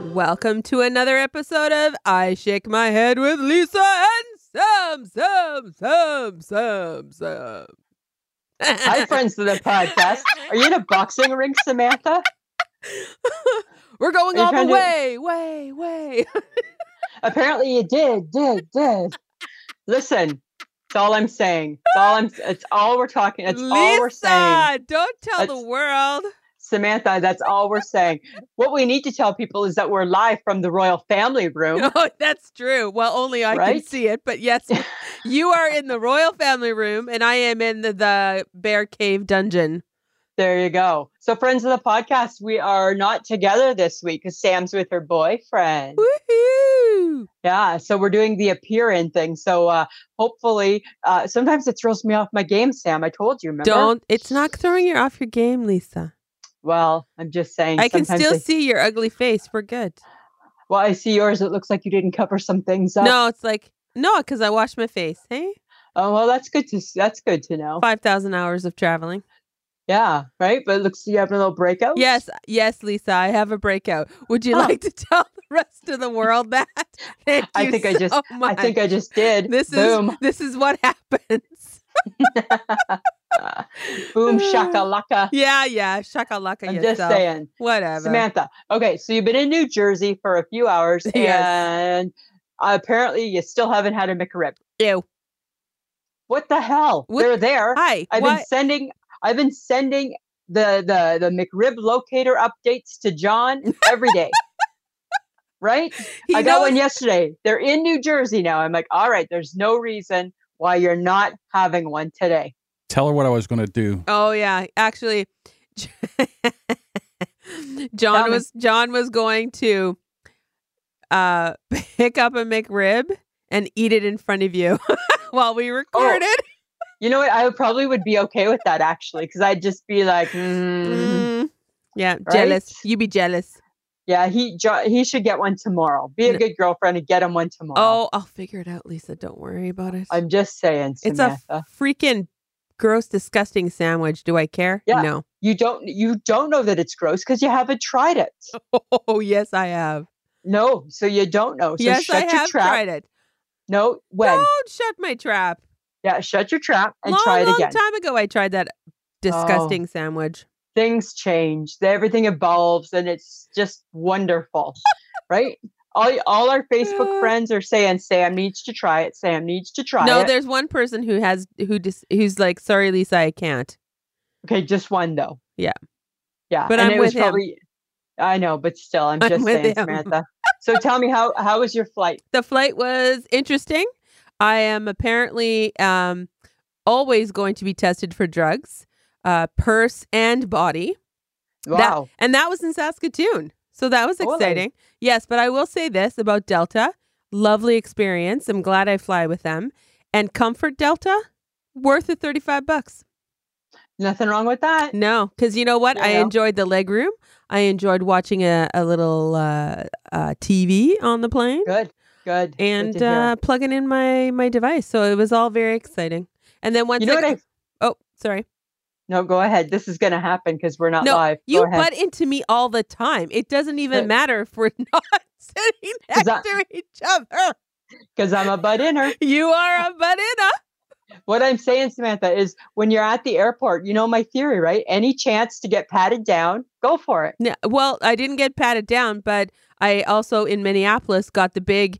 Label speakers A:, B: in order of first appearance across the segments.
A: Welcome to another episode of I Shake My Head with Lisa and Sam, Sam, Sam, Sam, Sam.
B: Hi, friends of the podcast. Are you in a boxing ring, Samantha?
A: We're going
B: Are you
A: all the
B: trying to-
A: way, way, way.
B: Apparently, you did, did, did. Listen, it's all I'm saying. It's all I'm. It's all we're talking. It's
A: Lisa,
B: all we're saying,
A: don't tell the
B: That's-
A: world.
B: Samantha. That's all we're saying. What we need to tell people is that we're live from the royal family room.
A: No, Oh, that's true. Well, only I can
B: Right?
A: see it, but yes, you are in the royal family room, and I am in the, the bear cave dungeon.
B: There you go. So, friends of the podcast, we are not together this week because Sam's with her boyfriend.
A: Woohoo!
B: Yeah, so we're doing the appearing thing. So, uh, hopefully, uh, sometimes it throws me off my game, Sam. I told you. Remember?
A: Don't. It's not throwing you off your game, Lisa.
B: Well, I'm just saying.
A: I can
B: sometimes
A: still
B: they-
A: see your ugly face. We're good.
B: Well, I see yours. It looks like you didn't cover some things up.
A: no, it's like no, because I washed my face. Hey,
B: Oh well, that's good to s- that's good to know.
A: five thousand hours of traveling.
B: Yeah, right. But it looks you have a little breakout.
A: Yes, yes, Lisa, I have a breakout. Would you
B: Oh.
A: like to tell the rest of the world that? Thank
B: I
A: you
B: think I just-
A: so
B: I
A: much.
B: think I just did.
A: this
B: boom,
A: is this is what happens.
B: uh, boom, shakalaka.
A: Yeah, yeah, shakalaka
B: I'm
A: yourself.
B: just saying,
A: Whatever.
B: Samantha. Okay, so you've been in New Jersey for a few hours,
A: Yes.
B: and apparently you still haven't had a McRib.
A: Ew.
B: What the hell?
A: What-
B: They're there.
A: Hi.
B: I've
A: why-
B: been sending. I've been sending the the the McRib locator updates to John every day. right?
A: he
B: I got
A: knows-
B: one yesterday. They're in New Jersey now. I'm like, all right, there's no reason why you're not having one today.
C: tell her what I was going to do.
A: Oh yeah, actually,
B: Tell
A: John
B: me.
A: was John was going to uh pick up a McRib and eat it in front of you while
B: Oh.
A: we recorded.
B: You know what? I would probably would be okay with that actually, because I'd just be like, mm.
A: Mm. Yeah, jealous.
B: Right?
A: You be jealous.
B: yeah, he jo- he should get one tomorrow. Be
A: No.
B: a good girlfriend and get him one tomorrow.
A: Oh, I'll figure it out, Lisa. Don't worry about it.
B: I'm just saying,
A: it's a
B: Samantha.
A: freaking gross, disgusting sandwich. Do I care?
B: Yeah.
A: No.
B: you don't you don't know that it's gross because you haven't tried it.
A: Oh yes, I have.
B: No, so you don't know. Oh, So
A: yes, I
B: shut your
A: have
B: trap.
A: tried it.
B: No, when?
A: Don't shut my trap.
B: Yeah, shut your trap and
A: long,
B: try it
A: long
B: again. Oh.
A: time ago, I tried that disgusting sandwich.
B: things change everything evolves and it's just wonderful right all, all our facebook
A: Yeah.
B: friends are saying sam needs to try it sam needs to try
A: No,
B: it
A: there's one person who has who dis, who's like, sorry, Lisa, I can't.
B: okay just one though
A: Yeah.
B: yeah
A: But
B: and
A: I'm
B: it was
A: with him.
B: probably i know but still i'm
A: I'm
B: just
A: with
B: saying
A: him.
B: samantha so tell me how how was your flight
A: The flight was interesting. I am apparently um, always going to be tested for drugs, uh, purse and body,
B: wow
A: and that was in Saskatoon. So that was
B: Oh, nice.
A: exciting. Yes, but I will say this about Delta: lovely experience. I'm glad I fly with them, and Comfort Delta, worth of thirty five bucks.
B: nothing wrong with that
A: No, because you know what?
B: You
A: I
B: know?
A: enjoyed the leg room. I enjoyed watching a, a little uh, uh, TV on the plane
B: good good Good
A: and
B: to hear.
A: uh, plugging in my, my device. So it was all very exciting. And then once
B: you know
A: I-
B: what i
A: oh, sorry.
B: no go ahead this is gonna happen because we're not
A: No,
B: live
A: You
B: go ahead
A: butt into me all the time. It doesn't even
B: Uh,
A: matter if we're not sitting next
B: 'Cause I-
A: to each other.
B: because i'm a butt inner
A: You are a butt in us.
B: What I'm saying, Samantha, is when you're at the airport, you know my theory, right? Any chance to get patted down, go for it.
A: No, well, I didn't get patted down, but I also in Minneapolis got the big,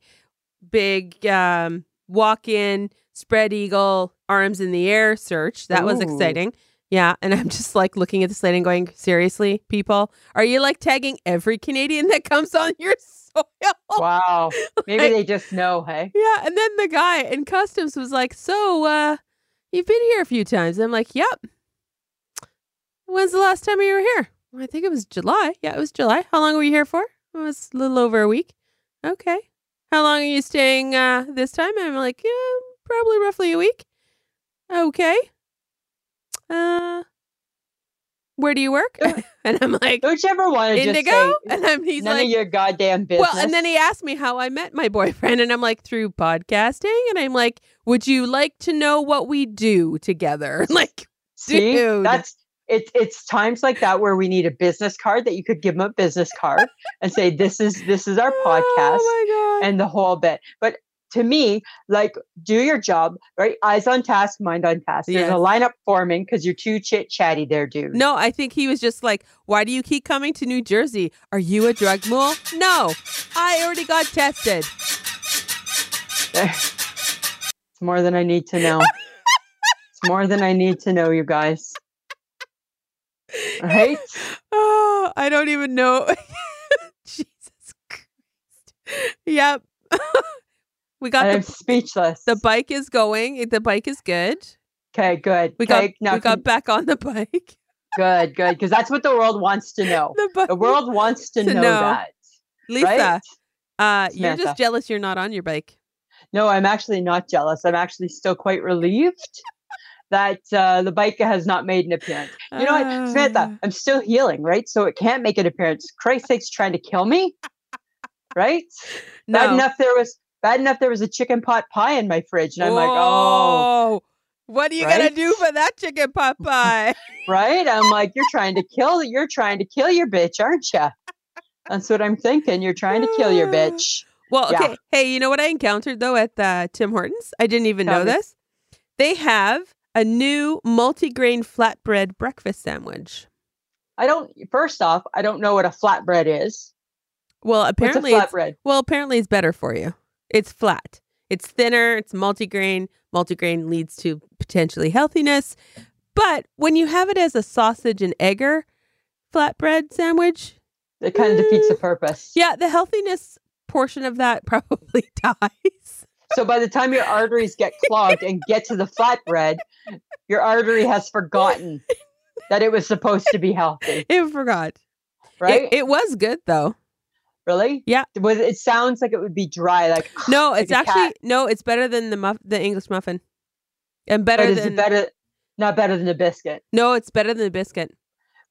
A: big um, walk-in spread eagle arms in the air search. That was
B: Ooh.
A: exciting. Yeah, and I'm just like looking at this lady and going, seriously, people, are you like tagging every Canadian that comes on your soil? Oh,
B: Wow. Maybe
A: Like-
B: they just know, hey?
A: Yeah, and then the guy in customs was like, so, uh, you've been here a few times. I'm like, yep. When's the last time you were here? "Well, I think it was July. Yeah, it was July. How long were you here for? It was a little over a week. Okay. How long are you staying uh, this time? I'm like, yeah, probably roughly a week. Okay. Uh, where do you work?
B: Yeah.
A: and I'm like,
B: Don't you ever want to just say
A: Indigo. And I'm, he's
B: none
A: like,
B: of your goddamn business?
A: well, and then he asked me how I met my boyfriend, and I'm like, through podcasting. And I'm like, would you like to know what we do together? Like,
B: See?
A: dude.
B: That's it's it's times like that where we need a business card that you could give them a business card and say this is this is our podcast
A: Oh my god.
B: and the whole bit. But to me, like do your job, right? Eyes on task, mind on task. There's
A: Yes.
B: a lineup forming because you're too chit chatty there, dude.
A: no, I think he was just like, "Why do you keep coming to New Jersey? Are you a drug mule?" No, I already got tested.
B: it's more than I need to know. it's more than I need to know, you guys. Right?
A: Oh, I don't even know. Jesus Christ. Yep. we got
B: I'm
A: the,
B: speechless.
A: the bike is going. The bike is good.
B: okay, good.
A: We
B: okay,
A: got
B: now
A: we got
B: can-
A: back on the bike.
B: good, good, because that's what the world wants to know.
A: The, bike.
B: The world wants to,
A: To
B: know,
A: know,
B: that.
A: Lisa,
B: Right?
A: uh, you're
B: Samantha.
A: just jealous you're not on your bike.
B: No, I'm actually not jealous. I'm actually still quite relieved that uh, the bike has not made an appearance. You know what,
A: Uh. Ah,
B: Samantha? I'm still healing, right? So it can't make an appearance. Christ sakes, trying to kill me, right? Bad
A: No.
B: enough there was bad enough there was a chicken pot pie in my fridge, and I'm like, oh,
A: Whoa. What are you gonna
B: Right?
A: do for that chicken pot pie?
B: right. I'm like, you're trying to kill, you're trying to kill your bitch, aren't you? That's what I'm thinking. You're trying to kill your bitch.
A: well,
B: Yeah.
A: okay. Hey, you know what I encountered though at the Tim Hortons? I didn't even
B: Tell
A: know
B: me.
A: this. They have a new multigrain flatbread breakfast sandwich.
B: I don't. First off, I don't know what a flatbread is.
A: Well,
B: What's a
A: apparently, it's,
B: flatbread?
A: well, apparently it's better for you. It's flat. It's thinner. It's multigrain. Multigrain leads to potentially healthiness. But when you have it as a sausage and egger flatbread sandwich,
B: It kind of defeats the purpose.
A: yeah, the healthiness portion of that probably dies.
B: So by the time your arteries get clogged and get to the flatbread, your artery has forgotten that it was supposed to be healthy,
A: It forgot. It-
B: right?
A: It, was good though.
B: really?
A: yeah.
B: Was it sounds like it would be dry, like
A: No,
B: Like
A: it's
B: a
A: actually
B: cat.
A: no, it's better than the muff, the English muffin, and
B: but
A: better
B: is
A: than
B: it better? Not better than the biscuit.
A: no, it's better than the biscuit.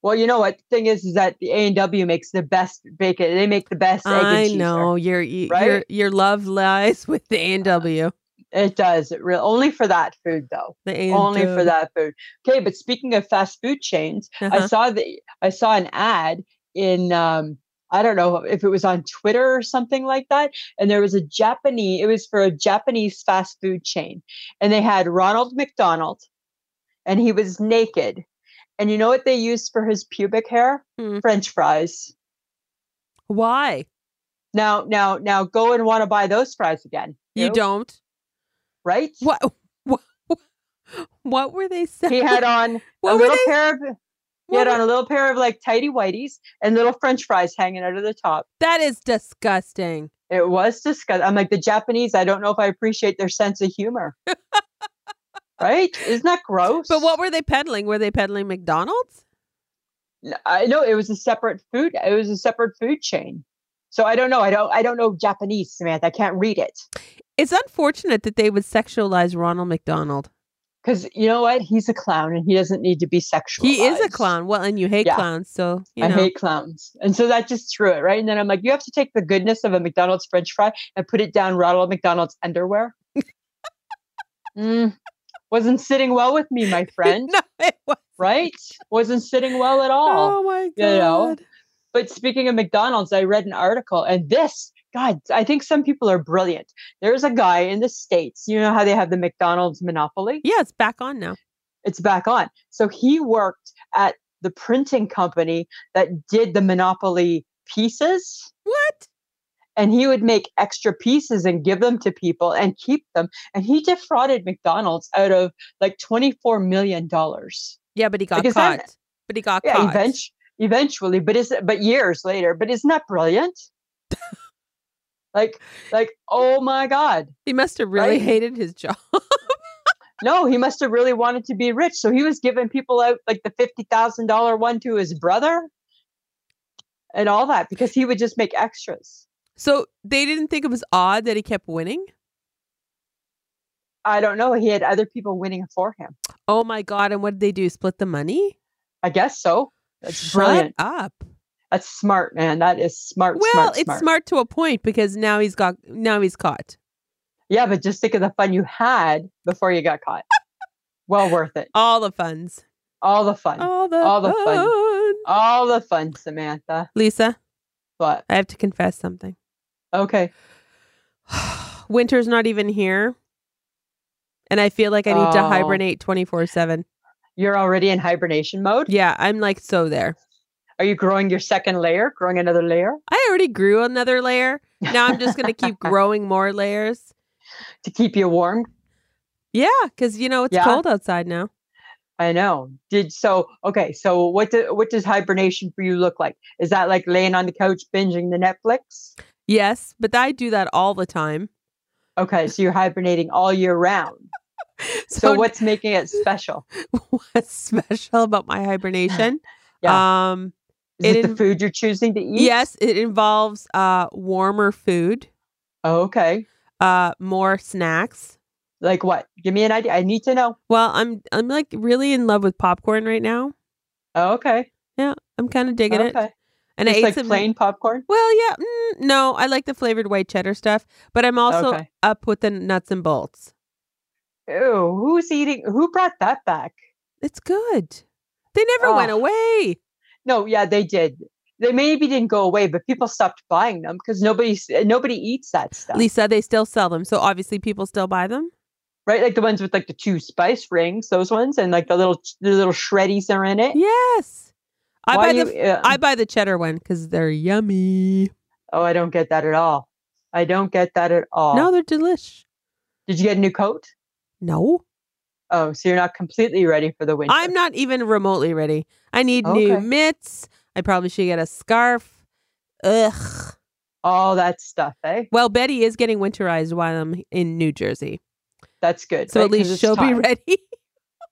B: Well, you know what? The thing is, is that the A and W makes the best bacon. They make the best egg and
A: I
B: cheese. there.
A: know your you, your
B: right?
A: your love lies with the A and W.
B: it does. It real only for that food though.
A: The A
B: Only for that food. Okay, but speaking of fast food chains, I
A: Uh-huh.
B: saw the I saw an ad in um I don't know if it was on Twitter or something like that and there was a Japanese it was for a Japanese fast food chain and they had Ronald McDonald and he was naked and you know what they used for his pubic hair
A: Hmm.
B: french fries
A: Why
B: now now now go and want to buy those fries again
A: you
B: Nope,
A: don't?
B: right
A: What what what were they saying?
B: he had on a
A: what were
B: little
A: they?
B: pair of he
A: what
B: had
A: were-
B: on a little pair of like tidy whities and little french fries hanging out of the top
A: that is disgusting.
B: It was disgusting. I'm like the Japanese. I don't know if I appreciate their sense of humor. right? Isn't that gross?
A: But what were they peddling? Were they peddling McDonald's?
B: N- I know it was a separate food. It was a separate food chain. So I don't know. I don't. I don't know Japanese, Samantha. I can't read it
A: It's unfortunate that they would sexualize Ronald McDonald.
B: because you know what? He's a clown, and he doesn't need to be sexual.
A: He is a clown. Well, and you hate
B: Yeah.
A: clowns, so you
B: I
A: know.
B: hate clowns, and so that just threw it right. And then I'm like, you have to take the goodness of a McDonald's French fry and put it down Ronald McDonald's underwear. Mm, Wasn't sitting well with me, my friend.
A: no, it was.
B: right? Wasn't sitting well at all.
A: Oh my god.
B: know, But speaking of McDonald's, I read an article and this, God, I think some people are brilliant. There's a guy in the States, you know how they have the McDonald's monopoly?
A: Yeah, it's back on now.
B: It's back on. So he worked at the printing company that did the monopoly pieces.
A: What?
B: And he would make extra pieces and give them to people and keep them. And he defrauded McDonald's out of like $24 million.
A: Yeah, but he got
B: Like, is
A: caught.
B: that-
A: but he got
B: yeah,
A: caught.
B: eventu- eventually, but is but years later, but isn't that brilliant? like, like, oh my god!
A: He must have really
B: Right?
A: hated his job.
B: No, he must have really wanted to be rich, so he was giving people out like the fifty thousand dollar one to his brother, and all that because he would just make extras.
A: So they didn't think it was odd that he kept winning.
B: I don't know. He had other people winning for him.
A: Oh my god! And what did they do? Split the money?
B: I guess so. That's
A: Shut
B: brilliant.
A: up.
B: That's smart, man. That is smart.
A: well,
B: smart,
A: it's
B: smart.
A: smart. to a point because now he's got now he's caught.
B: Yeah, but just think of the fun you had before you got caught. well worth it.
A: All the funds.
B: All the fun.
A: All the,
B: All the fun.
A: fun.
B: All the fun, Samantha.
A: Lisa,
B: But
A: I have to confess something.
B: okay.
A: Winter's not even here. And I feel like I need to
B: Oh.
A: hibernate 24 7.
B: You're already in hibernation mode.
A: Yeah, I'm like so there.
B: Are you growing your second layer? Growing another layer
A: I already grew another layer. Now I'm just going to keep growing more layers.
B: to keep you warm?
A: Yeah, because, you know, it's
B: Yeah.
A: cold outside now.
B: I know. Did so okay, so what do, what does hibernation for you look like? Is that like laying on the couch binging the Netflix?
A: Yes, but I do that all the time.
B: Okay, so you're hibernating all year round. So what's making it special?
A: what's special about my hibernation? Um,
B: Is it,
A: It
B: the
A: in-
B: food you're choosing to eat?
A: yes, it involves uh, warmer food,
B: Oh, okay.
A: uh, more snacks.
B: Like what? Give me an idea. I need to know.
A: Well, I'm I'm like really in love with popcorn right now.
B: Oh, okay.
A: I'm kind of digging
B: okay.
A: it, and I
B: Just
A: ate
B: like
A: some.
B: plain popcorn.
A: Well, yeah, mm, no, I like the flavored white cheddar stuff, but I'm also
B: okay.
A: up with the nuts and bolts.
B: Ew, who's eating? Who brought that back?
A: It's good. They never went
B: Ah.
A: away.
B: No, yeah, they did. They maybe didn't go away, but people stopped buying them because nobody s- nobody eats that stuff.
A: Lisa, they still sell them, so obviously people still buy them.
B: right? Like the ones with like the two spice rings, those ones, and like the little ch- the little shreddies are in it.
A: Yes, I
B: Eh. Why
A: buy the
B: you, uh,
A: I buy the cheddar one because they're yummy.
B: oh, I don't get that at all. I don't get that at all.
A: No, they're delish.
B: Did you get a new coat?
A: No,
B: Oh, so you're not completely ready for the winter.
A: I'm not even remotely ready. I need new
B: Oh, Okay.
A: mitts. I probably should get a scarf. Ugh.
B: all that stuff, eh?
A: Well, Betty is getting winterized while I'm in New Jersey,
B: That's good.
A: so
B: right?
A: at
B: 'Cause
A: least
B: it's
A: she'll be
B: time.
A: ready.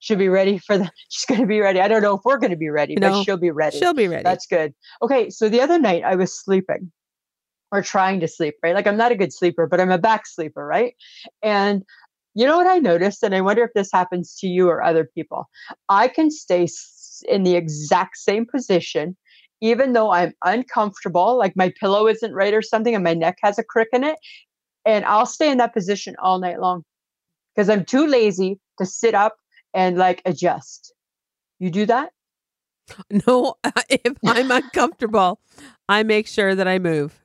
B: She'll be ready for the. She's gonna be ready. I don't know if we're gonna be ready,
A: No,
B: but she'll be ready.
A: She'll be ready.
B: That's good. Okay, so the other night I was sleeping or trying to sleep, right? Like I'm not a good sleeper, but I'm a back sleeper, right? And you know what I noticed, and I wonder if this happens to you or other people. I can stay s- in the exact same position even though I'm uncomfortable, like my pillow isn't right or something and my neck has a crick in it, and I'll stay in that position all night long because I'm too lazy to sit up and like adjust. You do that?
A: no, if I'm uncomfortable, I make sure that I move.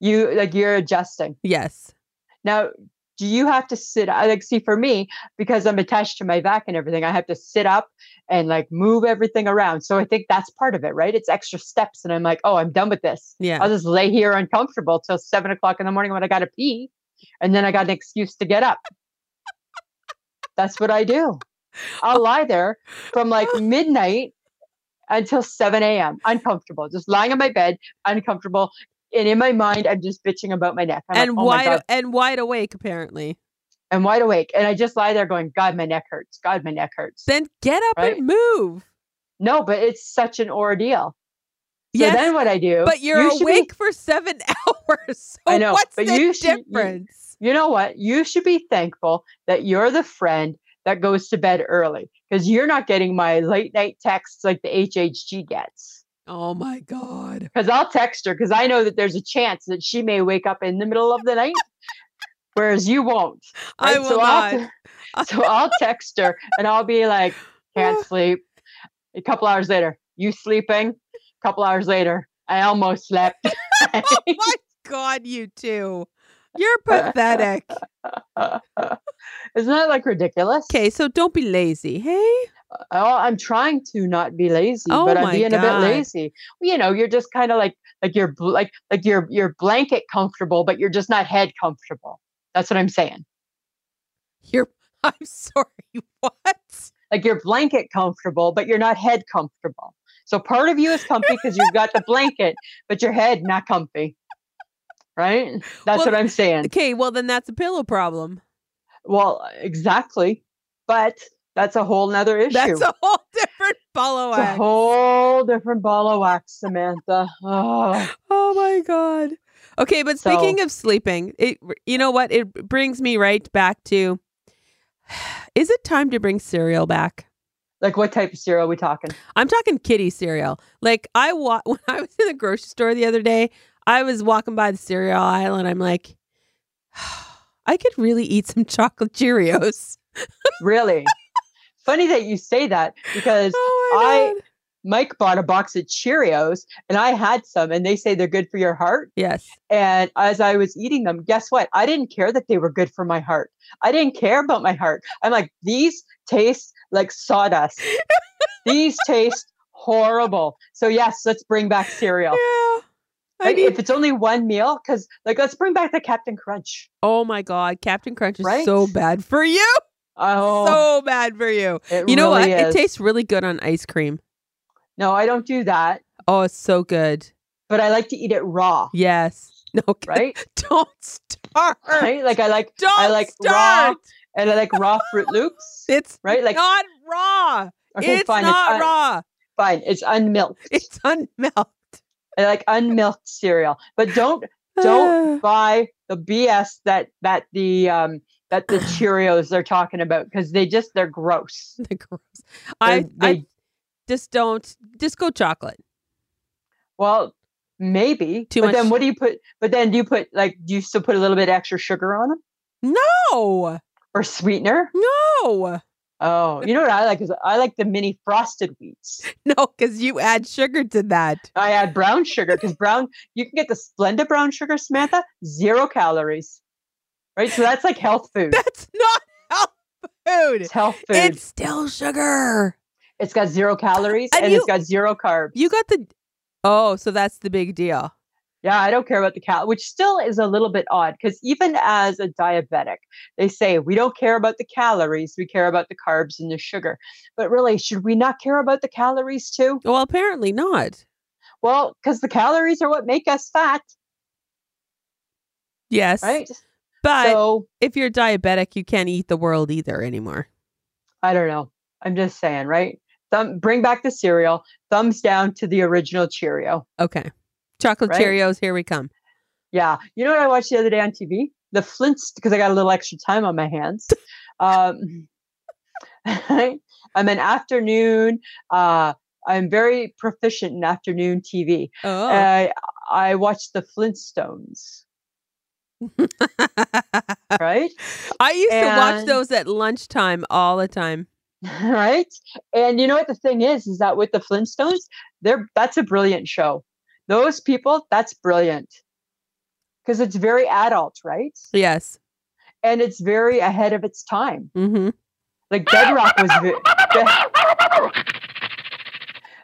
B: You like you're adjusting.
A: Yes.
B: Now, do you have to sit? I like see for me because I'm attached to my back and everything. I have to sit up and like move everything around. So I think that's part of it, right? It's extra steps, and I'm like, oh, I'm done with this.
A: Yeah.
B: I'll just lay here uncomfortable till seven o'clock in the morning when I got to pee, and then I got an excuse to get up. That's what I do. I'll lie there from like midnight until 7 a.m. uncomfortable, just lying on my bed, uncomfortable. And in my mind, I'm just bitching about my neck. I'm like,
A: and
B: "Oh my
A: wide
B: God,
A: and wide awake apparently.
B: and wide awake. And I just lie there going, God, my neck hurts. God, my neck hurts.
A: Then get up
B: Right?
A: and move.
B: No, but it's such an ordeal. So
A: yes,
B: then what I do,
A: but you're
B: you should be-
A: awake for seven hours. So
B: I know,
A: what's
B: but
A: the
B: you should- you-
A: difference?
B: you know what? You should be thankful that you're the friend that goes to bed early because you're not getting my late night texts like the HHG gets.
A: oh my god.
B: Because I'll text her because I know that there's a chance that she may wake up in the middle of the night, whereas you won't.
A: I
B: right?
A: will
B: so
A: not.
B: I'll, so I'll text her and I'll be like,
A: Oh.
B: can't sleep. A couple hours later, you sleeping? A couple hours later, I almost slept.
A: oh my god, you two. You're pathetic.
B: Isn't that like ridiculous?
A: Okay, so don't be lazy, hey?
B: Oh, I'm trying to not be lazy,
A: Oh
B: but I'm
A: my
B: being a
A: God.
B: bit lazy. You know, you're just kind of like like you're bl- like like you're you're blanket comfortable, but you're just not head comfortable. That's what I'm saying.
A: You're I'm sorry, what?
B: Like you're blanket comfortable, but you're not head comfortable. So part of you is comfy because you've got the blanket, but your head not comfy. Right? That's
A: Well,
B: what I'm saying.
A: Okay, well then that's a pillow problem.
B: Well, exactly. But that's a whole nother issue.
A: That's a whole different follow
B: It's a
A: up.
B: whole different ball of wax, Samantha. Oh.
A: oh my god. Okay, but
B: So-
A: speaking of sleeping, it you know what? It brings me right back to Is it time to bring cereal back?
B: Like what type of cereal are we talking?
A: I'm talking kitty cereal. Like I wa- when I was in the grocery store the other day, I was walking by the cereal aisle and I'm like, I could really eat some chocolate Cheerios.
B: Really? Funny that you say that because
A: Oh my
B: I-
A: God.
B: Mike bought a box of Cheerios and I had some and they say they're good for your heart.
A: Yes.
B: And as I was eating them, guess what? I didn't care that they were good for my heart. I didn't care about my heart. I'm like, these taste like sawdust. these taste horrible. So yes, let's bring back cereal.
A: Yeah. I
B: Like,
A: need.
B: if it's only one meal, because like let's bring back the Captain Crunch.
A: oh my God, Captain Crunch is
B: Right?
A: so bad for you.
B: Oh,
A: So bad for you.
B: it
A: You know
B: really
A: what?
B: is.
A: It tastes really good on ice cream.
B: No, I don't do that,
A: Oh, it's so good.
B: but I like to eat it raw.
A: Yes. No. good.
B: Right?
A: Don't start.
B: Right? Like I like
A: Don't
B: I like raw
A: start.
B: and I like raw Fruit Loops.
A: It's
B: Right? Like
A: not raw.
B: okay,
A: it's
B: fine,
A: not
B: it's un-
A: raw.
B: fine. It's unmilked.
A: It's unmelt.
B: I like unmilked cereal. But don't Don't- buy the BS that that the um that the Cheerios they're talking about because they just they're gross.
A: They're gross. I,
B: They-
A: I
B: they-
A: just don't. Just go chocolate.
B: Well, maybe.
A: Too
B: but
A: much-
B: then what do you put? But then do you put like do you still put a little bit extra sugar on them
A: No,
B: or sweetener?
A: no,
B: Oh, you know what I like is I like the mini frosted wheats.
A: no, because you add sugar to that.
B: I add brown sugar because brown you can get the Splenda brown sugar, Samantha, zero calories. Right, so that's like health food.
A: That's not health food.
B: It's health food.
A: It's still sugar.
B: it's got zero calories
A: And
B: and,
A: you-
B: it's got zero carbs.
A: You got the. Oh, so that's the big deal.
B: Yeah, I don't care about the cal, which still is a little bit odd because even as a diabetic, they say we don't care about the calories, we care about the carbs and the sugar. But really, should we not care about the calories too?
A: Well, apparently not.
B: Well, because the calories are what make us fat,
A: Yes,
B: right?
A: but
B: so
A: if you're diabetic, you can't eat the world either anymore.
B: I don't know. I'm just saying, right? Thumb, bring back the cereal. Thumbs down to the original Cheerio.
A: Okay, chocolate
B: Right?
A: Cheerios. Here we come.
B: Yeah. You know what I watched the other day on TV? The Flintstones, because I got a little extra time on my hands. Um, I'm an afternoon, uh, I'm very proficient in afternoon TV.
A: Oh,
B: I, I watched the Flintstones,
A: Oh.
B: right?
A: I used to watch
B: And-
A: those at lunchtime all the time.
B: right? And you know what the thing is, is that with the Flintstones, they're that's a brilliant show. Those people, that's brilliant. Because it's very adult, right?
A: Yes.
B: And it's very ahead of its time.
A: Mm-hmm.
B: Like Bedrock was very,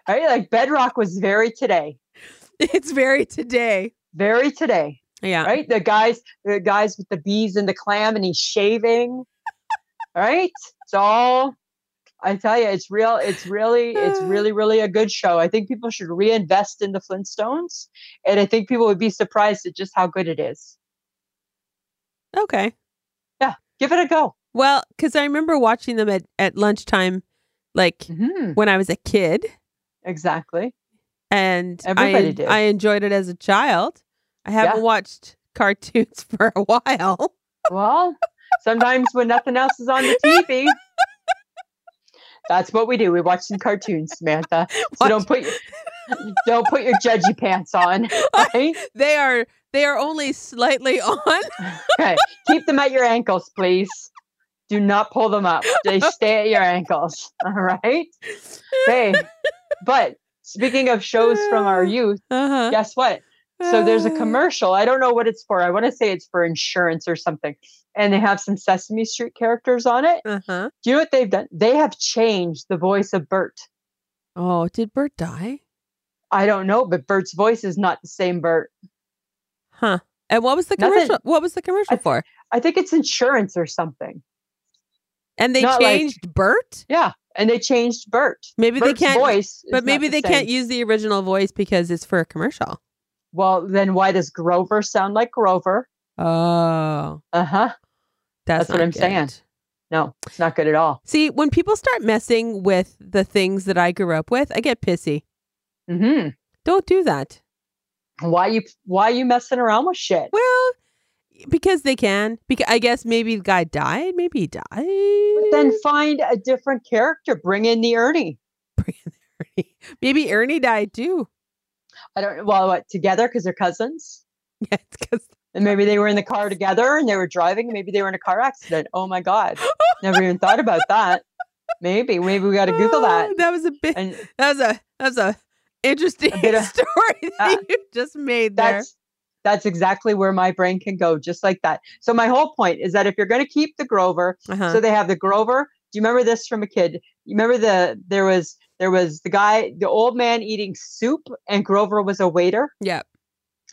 B: right? Like Bedrock was very today,
A: It's very today.
B: very today,
A: Yeah.
B: right? The guys, the guys with the bees and the clam, and he's shaving, right? It's all. I tell you, it's real. It's really, it's really, really a good show. I think people should reinvest in the Flintstones, and I think people would be surprised at just how good it is.
A: Okay.
B: Give it a go.
A: Well, because I remember watching them at, at lunchtime, like
B: Mhm,
A: when I was a kid,
B: Exactly.
A: and
B: Everybody
A: I,
B: did.
A: I enjoyed it as a child. I haven't
B: Yeah.
A: watched cartoons for a while.
B: Well, sometimes when nothing else is on the TV, that's what we do. We watch some cartoons, Samantha. So don't put your- don't put your judgy pants on. Right?
A: They are they are only slightly on.
B: Okay. Keep them at your ankles, please. Do not pull them up. They stay at your ankles. All right. Hey. But speaking of shows from our youth,
A: Uh-huh.
B: guess what? So there's a
A: Uh,
B: commercial. I don't know what it's for. I want to say it's for insurance or something. And they have some Sesame Street characters on it.
A: Uh-huh.
B: Do you know what they've done? They have changed the voice of Bert.
A: Oh, did Bert die?
B: I don't know, but Bert's voice is not the same Bert.
A: Huh. And what was the
B: Nothing.
A: commercial? What was the commercial
B: I-
A: for?
B: I think it's insurance or something.
A: And they
B: not like-
A: changed Bert.
B: Yeah, and they changed Bert.
A: Maybe
B: Bert's
A: they can't.
B: voice, is
A: but
B: not
A: maybe
B: the
A: they can't
B: same.
A: use the original voice because it's for a commercial.
B: Well, then why does Grover sound like Grover?
A: Oh,
B: Uh huh.
A: that's,
B: That's what
A: not
B: I'm saying.
A: good.
B: No, it's not good at all.
A: See, when people start messing with the things that I grew up with, I get pissy.
B: Hmm.
A: Don't do that.
B: Why you Why you messing around with shit?
A: Well, because they can. Because I guess maybe the guy died. Maybe he died.
B: But then find a different character. Bring in the Ernie.
A: maybe Ernie died too.
B: I don't. Well, what together because they're cousins.
A: Yes, because
B: And maybe they were in the car together and they were driving. Maybe they were in a car accident. Oh my God. Never even thought about that. Maybe, maybe we got to Google that.
A: Ah, That was a bit.
B: And
A: That was a that was a interesting
B: A bit of-
A: story that
B: that-
A: you just made there.
B: that's that's exactly where my brain can go, just like that. So my whole point is that if you're going to keep the Grover,
A: Uh-huh.
B: so they have the Grover. Do you remember this from a kid? You remember the there was there was the guy, the old man eating soup, and Grover was a waiter.
A: yeah.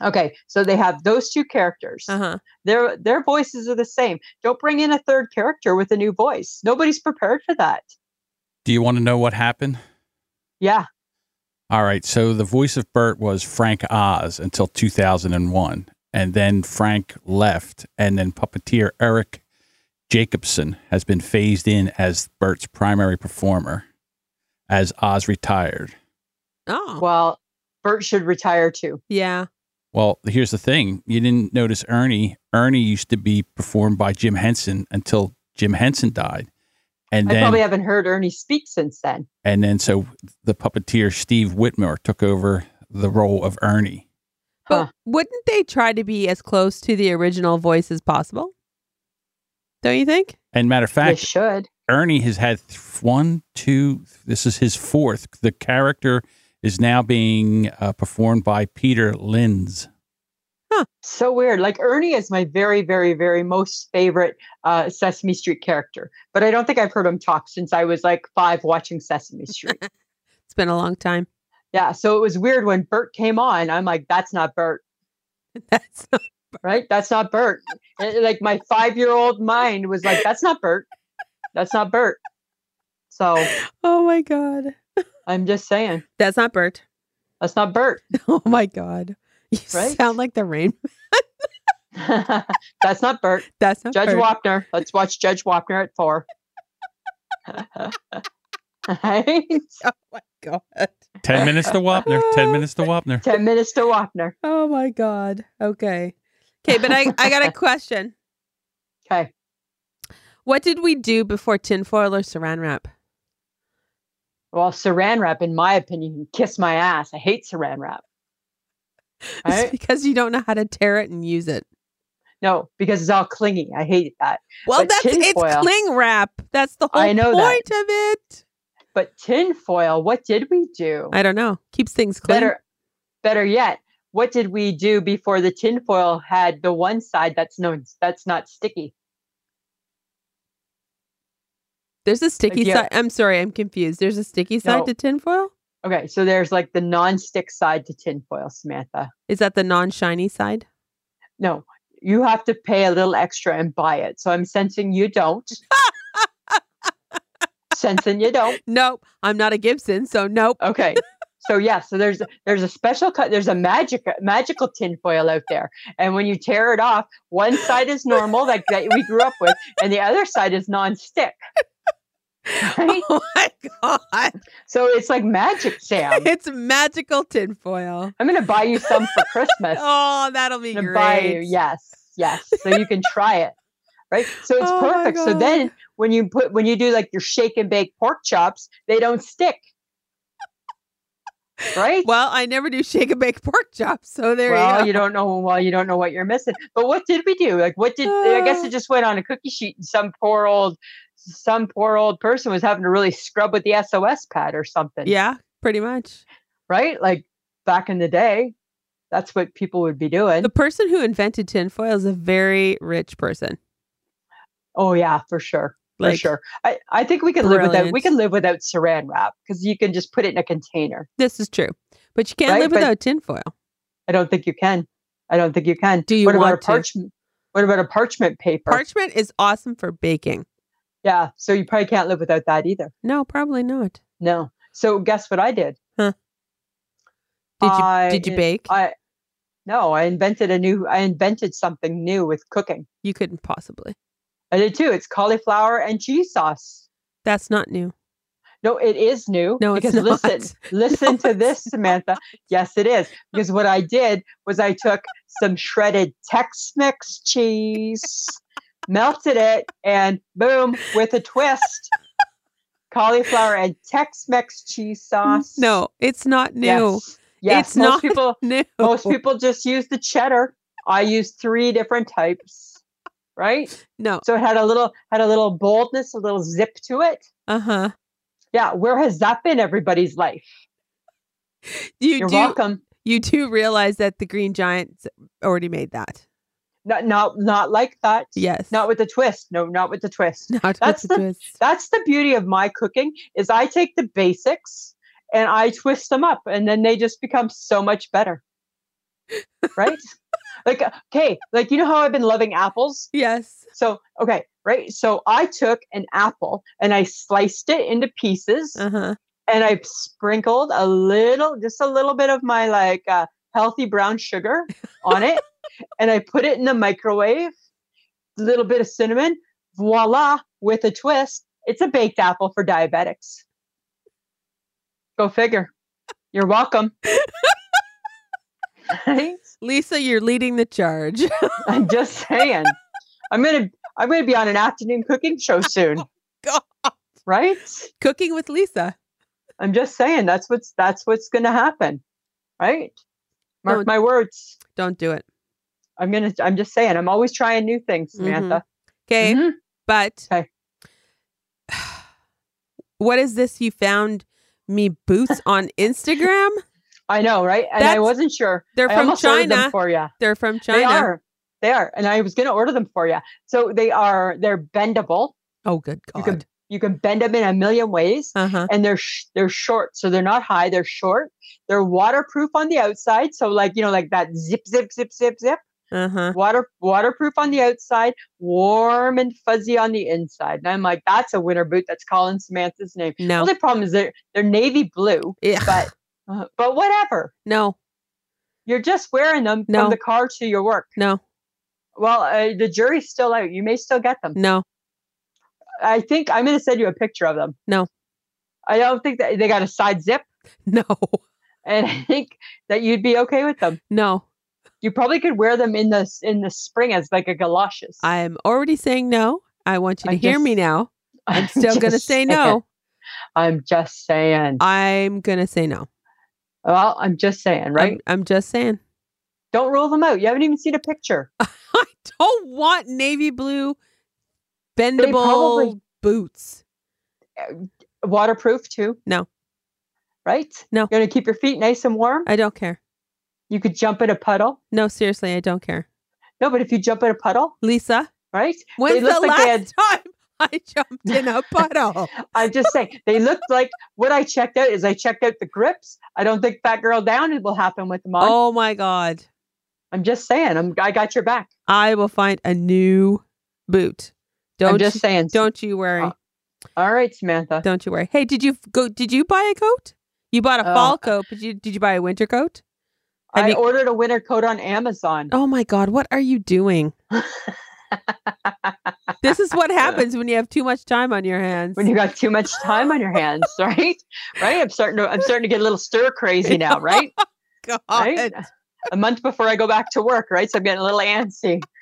B: Okay, so they have those two characters.
A: Uh huh.
B: Their their voices are the same. Don't bring in a third character with a new voice. Nobody's prepared for that.
C: Do you want to know what happened?
B: Yeah.
C: All right. So the voice of Bert was Frank Oz until 2001. And then Frank left. And then puppeteer Eric Jacobson has been phased in as Bert's primary performer as Oz retired.
A: Oh.
B: Well, Bert should retire too.
A: yeah.
C: Well, here's the thing you didn't notice Ernie. Ernie used to be performed by Jim Henson until Jim Henson died. And
B: I
C: then
B: probably haven't heard Ernie speak since then.
C: And then so the puppeteer Steve Whitmore took over the role of Ernie.
A: But
B: Huh.
A: wouldn't they try to be as close to the original voice as possible? Don't you think?
C: And matter of
B: They
C: fact,
B: should.
C: Ernie has had th- one, two, this is his fourth. The character is now being uh, performed by Peter Linz.
B: So weird. Like Ernie is my very, very, very most favorite uh, Sesame Street character, but I don't think I've heard him talk since I was like five watching Sesame Street.
A: It's been a long time.
B: yeah. So it was weird when Bert came on. I'm like, that's not Bert,
A: That's
B: right? That's not Bert. And, like my five year old mind was like, that's not Bert. That's not Bert. So
A: oh my god.
B: I'm just saying,
A: That's not Bert.
B: that's not Bert.
A: Oh my god. You
B: Right?
A: sound like the rain.
B: that's not Bert.
A: That's not
B: Judge
A: Bert.
B: Wapner. Let's watch Judge Wapner at four. Right?
A: oh my god.
C: 10 minutes to Wapner. 10 minutes to Wapner.
B: 10 minutes to Wapner.
A: Oh my god. Okay. Okay, but I I got a question.
B: Okay.
A: What did we do before tinfoil or saran wrap?
B: Well, saran wrap, in my opinion, can kiss my ass. I hate saran wrap.
A: It's
B: Right?
A: because you don't know how to tear it and use it.
B: No, because it's all clingy. I hate that.
A: Well,
B: But
A: that's it's
B: tinfoil-
A: cling wrap. That's the whole
B: I know that.
A: point of it.
B: But tinfoil, what did we do?
A: I don't know. Keeps things clean.
B: Better, better yet, what did we do before the tinfoil had the one side that's no, that's not sticky?
A: There's a sticky
B: yeah.
A: side. I'm sorry, I'm confused. There's a sticky side
B: No.
A: to tinfoil.
B: Okay, so there's like the non-stick side to tinfoil, Samantha.
A: Is that the non-shiny side?
B: No, you have to pay a little extra and buy it. So I'm sensing you don't. sensing you don't.
A: Nope. I'm not a Gibson, so nope.
B: Okay. So yeah, so there's there's a special cut. There's a magic magical tinfoil out there, and when you tear it off, one side is normal, like that we grew up with, and the other side is non-stick. Right?
A: Oh my god!
B: So it's like magic, Sam.
A: It's magical tinfoil.
B: I'm gonna buy you some for Christmas.
A: Oh, that'll be
B: gonna
A: great.
B: buy you. Yes, yes. So you can try it, right? So it's
A: Oh my
B: perfect. So
A: God.
B: then when you put when you do like your shake and bake pork chops, they don't stick, right?
A: Well, I never do shake and bake pork chops, so there
B: Well,
A: you go.
B: don't know. Well, you don't know what you're missing. But what did we do? Like, what did? I guess
A: Uh.
B: it just went on a cookie sheet, and some poor old, some poor old person was having to really scrub with the SOS pad or something.
A: yeah, pretty much.
B: right. Like back in the day, that's what people would be doing.
A: The person who invented tinfoil is a very rich person.
B: Oh yeah, for sure. For
A: Like
B: sure. I, I think we can live without we
A: Brilliant.
B: can live without saran wrap because you can just put it in a container.
A: this is true, but you can't
B: Right,
A: live
B: but-
A: without tinfoil.
B: I don't think you can. I don't think you can.
A: Do you
B: what about
A: want
B: a
A: to?
B: parchment? What about a parchment paper?
A: Parchment is awesome for baking.
B: yeah. So you probably can't live without that either.
A: No, probably not.
B: No. So guess what I did?
A: Huh. Did you
B: I
A: did you
B: in-
A: bake?
B: I no, I invented a new I invented something new with cooking.
A: you couldn't possibly.
B: I did too. It's cauliflower and cheese sauce.
A: That's not new.
B: No, it is new.
A: No, it's
B: because listen,
A: not.
B: listen
A: No,
B: to this,
A: it's
B: Samantha. Yes, it is. Because what I did was I took some shredded Tex-Mex cheese, melted it, and boom, with a twist, cauliflower and Tex-Mex cheese sauce.
A: No, it's not new.
B: Yes. Yes,
A: It's
B: most
A: not
B: people
A: New.
B: most people just use the cheddar. I use three different types. right?
A: No.
B: So it had a little had a little boldness, a little zip to it.
A: Uh huh.
B: Yeah, where has that been everybody's life?
A: You
B: You're
A: do.
B: welcome.
A: You do realize that the Green Giants already made that.
B: Not not not like that.
A: Yes.
B: Not with the twist. No, not with the twist.
A: Not with
B: that's the-
A: twist.
B: That's the beauty of my cooking is I take the basics and I twist them up and then they just become so much better. right? Like okay, like you know how I've been loving apples?
A: Yes.
B: So, okay, right? So I took an apple and I sliced it into pieces
A: Uh huh.
B: and I sprinkled a little, just a little bit of my like uh, healthy brown sugar on it, and I put it in the microwave. A little bit of cinnamon, voila! With a twist, it's a baked apple for diabetics. Go figure. You're welcome. Right?
A: Lisa, you're leading the charge.
B: I'm just saying. I'm gonna I'm gonna be on an afternoon cooking show soon.
A: God.
B: Right?
A: Cooking with Lisa.
B: I'm just saying that's what's that's what's going to happen, right? Mark
A: No.
B: my words.
A: Don't do it.
B: I'm gonna. I'm just saying. I'm always trying new things,
A: Mm-hmm.
B: Samantha.
A: Okay.
B: Mhm.
A: But
B: Okay.
A: what is this you found me boots on Instagram?
B: I know, right? And I
A: That's-
B: wasn't sure.
A: They're
B: I
A: from
B: almost ordered them
A: China.
B: for you.
A: They're from
B: They
A: China.
B: are. They are. And I was going to order them for you. So they are. They're bendable.
A: Oh, good
B: You can
A: God.
B: you can bend them in a million ways.
A: Uh huh.
B: and they're sh- they're short so they're not high they're short they're waterproof on the outside so like you know like that zip zip zip zip zip
A: Uh huh.
B: water waterproof on the outside warm and fuzzy on the inside and i'm like that's a winter boot that's calling samantha's name
A: No.
B: only problem is they're they're navy blue
A: Yeah.
B: but
A: Uh-huh.
B: uh, but whatever
A: no.
B: you're just wearing them
A: No.
B: from the car to your work
A: No.
B: well uh, the jury's still out you may still get them
A: No.
B: i think i'm going to send you a picture of them
A: No.
B: i don't think that they got a side zip
A: No.
B: and I think that you'd be okay with them.
A: No.
B: You probably could wear them in the s- in the spring as like a galoshes.
A: I'm already saying no. I want you to
B: I'm
A: hear me
B: just-
A: now. I'm still going to
B: just
A: say
B: saying.
A: no.
B: I'm just saying.
A: I'm going to say no.
B: well, I'm just saying,
A: I'm-
B: right?
A: I'm, just saying.
B: Don't rule them out. You haven't even seen a picture.
A: I don't want navy blue
B: They probably-
A: bendable boots.
B: Waterproof too.
A: No.
B: Right?
A: No.
B: You're gonna keep your feet nice and warm.
A: I don't care.
B: You could jump in a puddle.
A: No, seriously, I don't care.
B: No, but if you jump in a puddle,
A: Lisa,
B: right?
A: when's the
B: look like they
A: last time I jumped in a puddle?
B: I'm just saying they looked like what I checked out is I checked out the grips. I don't think Fat Girl Down will happen with them on.
A: oh my God.
B: I'm just saying. I'm I got your back.
A: I will find a new boot. Don't
B: I'm just
A: you,
B: saying.
A: don't you worry.
B: Uh, All right, Samantha.
A: Don't you worry. Hey, did you f- go? Did you buy a coat? You bought a
B: Oh.
A: fall coat, but you did you buy a winter coat? Have
B: I
A: you-
B: ordered a winter coat on Amazon.
A: Oh my God, what are you doing? this is what happens when you have too much time on your hands.
B: When you got too much time on your hands, right? Right? I'm starting to I'm starting to get a little stir crazy now, right?
A: God.
B: Right? A month before I go back to work, right? So I'm getting a little antsy.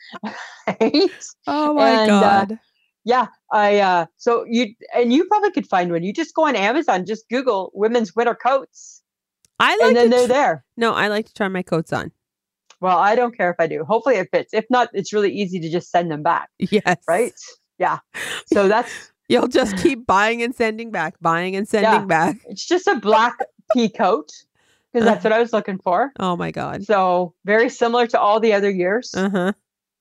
B: Right?
A: Oh my
B: And, uh,
A: God.
B: Yeah, I uh so you and you probably could find one. You just go on Amazon, just Google women's winter coats,
A: I like
B: and then
A: to
B: they're
A: tr-
B: there.
A: no, I like to try my coats on.
B: Well, I don't care if I do. Hopefully it fits. If not, it's really easy to just send them back,
A: Yes,
B: right? Yeah. So that's
A: You'll just keep buying and sending back, buying and sending
B: Yeah.
A: back.
B: it's just a black pea coat because that's what I was looking for.
A: Oh my God.
B: So very similar to all the other years,
A: Uh huh.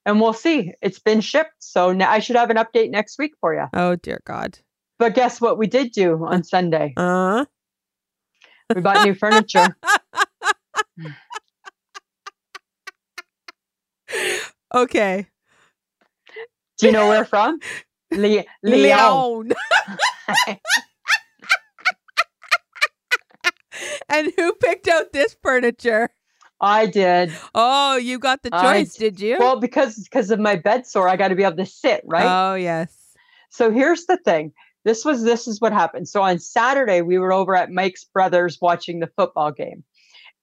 B: and we'll see. It's been shipped, so now I should have an update next week for you.
A: Oh dear God.
B: But guess what? We did do on Sunday.
A: Uh
B: We bought new furniture.
A: Okay.
B: Do you know where from? Le- Lyon.
A: Leon. and who picked out this furniture?
B: I did.
A: Oh, you got the
B: I
A: choice, did you?
B: Well, because because of my bed sore, I got to be able to sit right.
A: Oh, yes.
B: So here's the thing. This was this is what happened. So on Saturday we were over at Mike's Brothers watching the football game.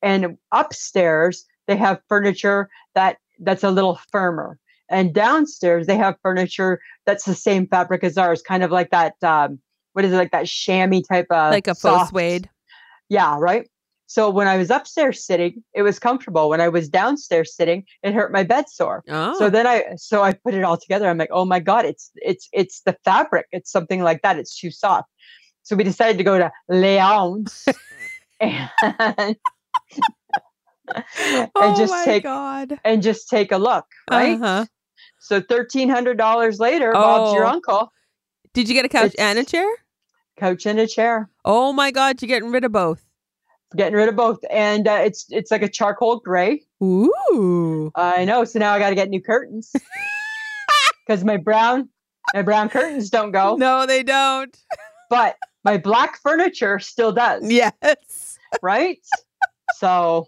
B: And upstairs they have furniture that that's a little firmer. And downstairs they have furniture that's the same fabric as ours, kind of like that um what is it like that chamois type of
A: like a faux
B: soft-
A: suede.
B: Yeah, right? So when I was upstairs sitting, it was comfortable. When I was downstairs sitting, it hurt my bed sore.
A: Oh.
B: So then I so I put it all together. I'm like, oh my god, it's it's it's the fabric. It's something like that. It's too soft. So we decided to go to Leon's and
A: oh
B: just
A: my
B: take-
A: God.
B: and just take a look, right?
A: Uh-huh.
B: So thirteen hundred dollars later, Bob's your
A: Oh.
B: uncle,
A: Did you get a couch
B: It's-
A: and a chair?
B: couch and a chair,
A: Oh my God, you're getting rid of both.
B: getting rid of both, and uh, it's it's like a charcoal gray.
A: Ooh.
B: I know. So now I got to get new curtains because my brown my brown curtains don't go,
A: No, they don't.
B: but my black furniture still does.
A: Yes.
B: Right. so,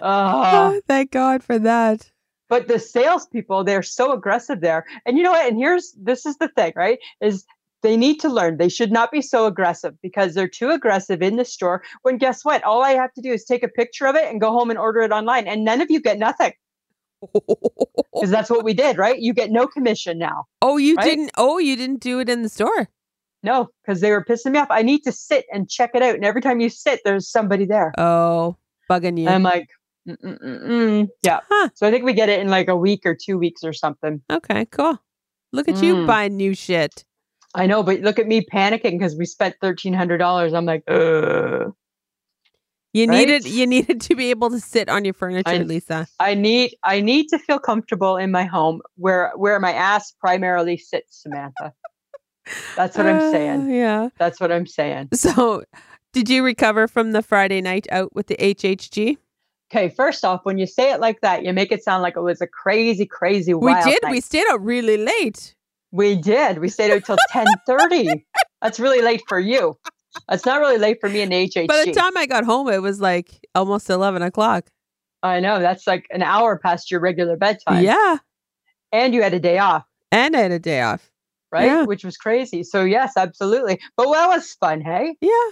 B: uh,
A: Oh, thank God for that.
B: but the salespeople they're so aggressive there, and you know what? And here's this is the thing, right? Is they need to learn. They should not be so aggressive because they're too aggressive in the store. When guess what? All I have to do is take a picture of it and go home and order it online, and none of you get nothing because that's what we did, right? You get no commission now.
A: Oh, you
B: Right?
A: didn't. Oh, you didn't do it in the store.
B: No, because they were pissing me off. I need to sit and check it out. And every time you sit, there's somebody there.
A: Oh, bugging you.
B: I'm like, mm, mm, mm, mm. yeah.
A: Huh.
B: So I think we get it in like a week or two weeks or something.
A: okay, cool. Look at you
B: Mm.
A: buying new shit.
B: I know, but look at me panicking because we spent thirteen hundred dollars. I'm like, Ugh.
A: You
B: Right?
A: needed. You needed to be able to sit on your furniture,
B: I-
A: Lisa.
B: I need, I need to feel comfortable in my home where where my ass primarily sits, Samantha. That's what I'm saying.
A: Uh, yeah.
B: That's what I'm saying.
A: So, did you recover from the Friday night out with the HHG?
B: Okay, first off, when you say it like that, you make it sound like it was a crazy, crazy.
A: We
B: wild
A: did.
B: night.
A: We stayed out really late.
B: We did. We stayed out till ten thirty. That's really late for you. That's not really late for me and HHG.
A: By the time I got home, it was like almost eleven o'clock.
B: I know that's like an hour past your regular bedtime.
A: Yeah,
B: and you had a day off,
A: and I had a day off.
B: right?
A: Yeah.
B: Which was crazy. So yes, absolutely. But that was fun, hey?
A: Yeah,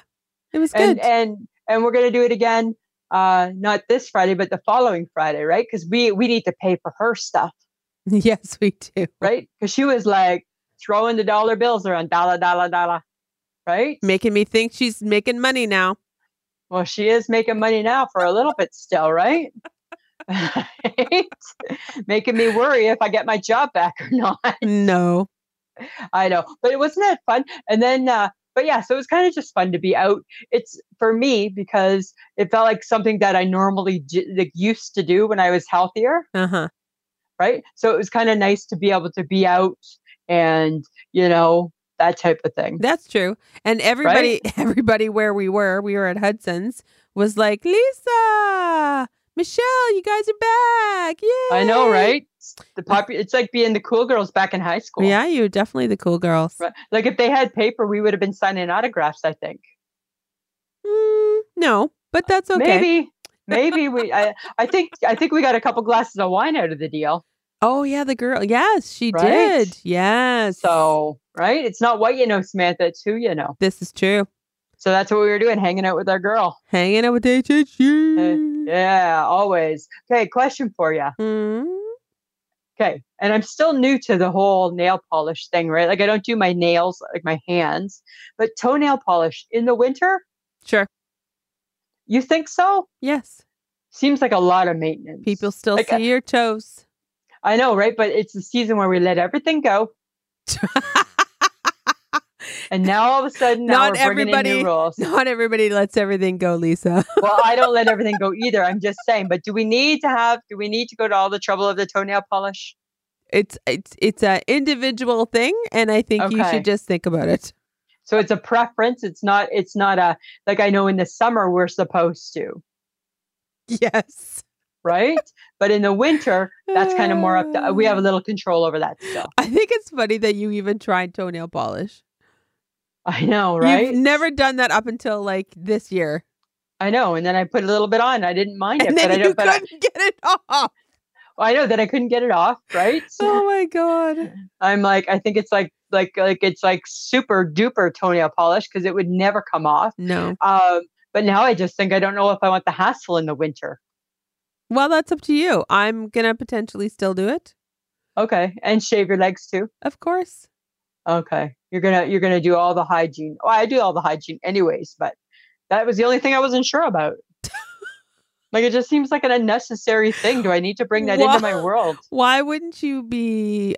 A: it was good.
B: And eh and and we're gonna do it again. Uh, not this Friday, but the following Friday, right? Because we we need to pay for her stuff,
A: yes, we do.
B: right? Because she was like throwing the dollar bills around, dollar, dollar, dollar, right?
A: Making me think she's making money now.
B: Well, she is making money now for a little bit still, right? making me worry if I get my job back or not.
A: No.
B: I know, but it wasn't that fun. And then, uh, but yeah, so it was kind of just fun to be out. It's for me because it felt like something that I normally j- like used to do when I was healthier,
A: Uh huh.
B: right? So it was kind of nice to be able to be out and you know that type of thing.
A: That's true. And everybody, everybody where we were, we were at Hudson's, was like, Lisa, Michelle, you guys are back. Yeah.
B: I know, right? The pop- it's like being the cool girls back in high school.
A: Yeah, you were definitely the cool girls.
B: Right. Like if they had paper, we would have been signing autographs. I think
A: Mm, no, but that's okay.
B: maybe, maybe we. I, I think I think we got a couple glasses of wine out of the deal.
A: Oh, yeah, the girl. Yes, she
B: Right?
A: did. Yes.
B: So right, it's not what you know, Samantha. It's who you know.
A: this is true.
B: So that's what we were doing, hanging out with our girl.
A: Hanging out with HHU.
B: Yeah, always. Okay, question for you.
A: Mm,
B: Okay, and I'm still new to the whole nail polish thing, right? Like I don't do my nails, like my hands, but toenail polish in the winter.
A: sure.
B: You think so?
A: Yes.
B: Seems like a lot of maintenance.
A: People still
B: Like,
A: see
B: uh,
A: your toes.
B: I know, right? But it's the season where we let everything go, and now all of a sudden, now
A: Not
B: we're bringing in
A: everybody-
B: new rules.
A: Not everybody lets everything go, Lisa.
B: well, I don't let everything go either. I'm just saying. But do we need to have? Do we need to go to all the trouble of the toenail polish?
A: It's it's it's an individual thing, and I think you
B: Okay.
A: should just think about it.
B: So it's a preference. It's not. It's not a like I know in the summer we're supposed to,
A: Yes,
B: right? but in the winter, that's kind of more up to. uh, We have a little control over that still.
A: I think it's funny that you even tried toenail polish.
B: I know, right?
A: You've never done that up until like this year,
B: I know. And then I put a little bit on. I didn't mind it,
A: and
B: but I
A: then you
B: don't. But I,
A: couldn't get it off.
B: I know that I couldn't get it off, right?
A: Oh my god!
B: I'm like, I think it's like like like it's like super duper toenail polish because it would never come off.
A: No.
B: Um, but now I just think I don't know if I want the hassle in the winter.
A: Well, that's up to you. I'm gonna potentially still do it,
B: Okay, and shave your legs too.
A: of course.
B: Okay, you're gonna you're gonna do all the hygiene. Oh, I do all the hygiene anyways, but that was the only thing I wasn't sure about. Like it just seems like an unnecessary thing. Do I need to bring that
A: Wha-
B: into my world?
A: Why wouldn't you be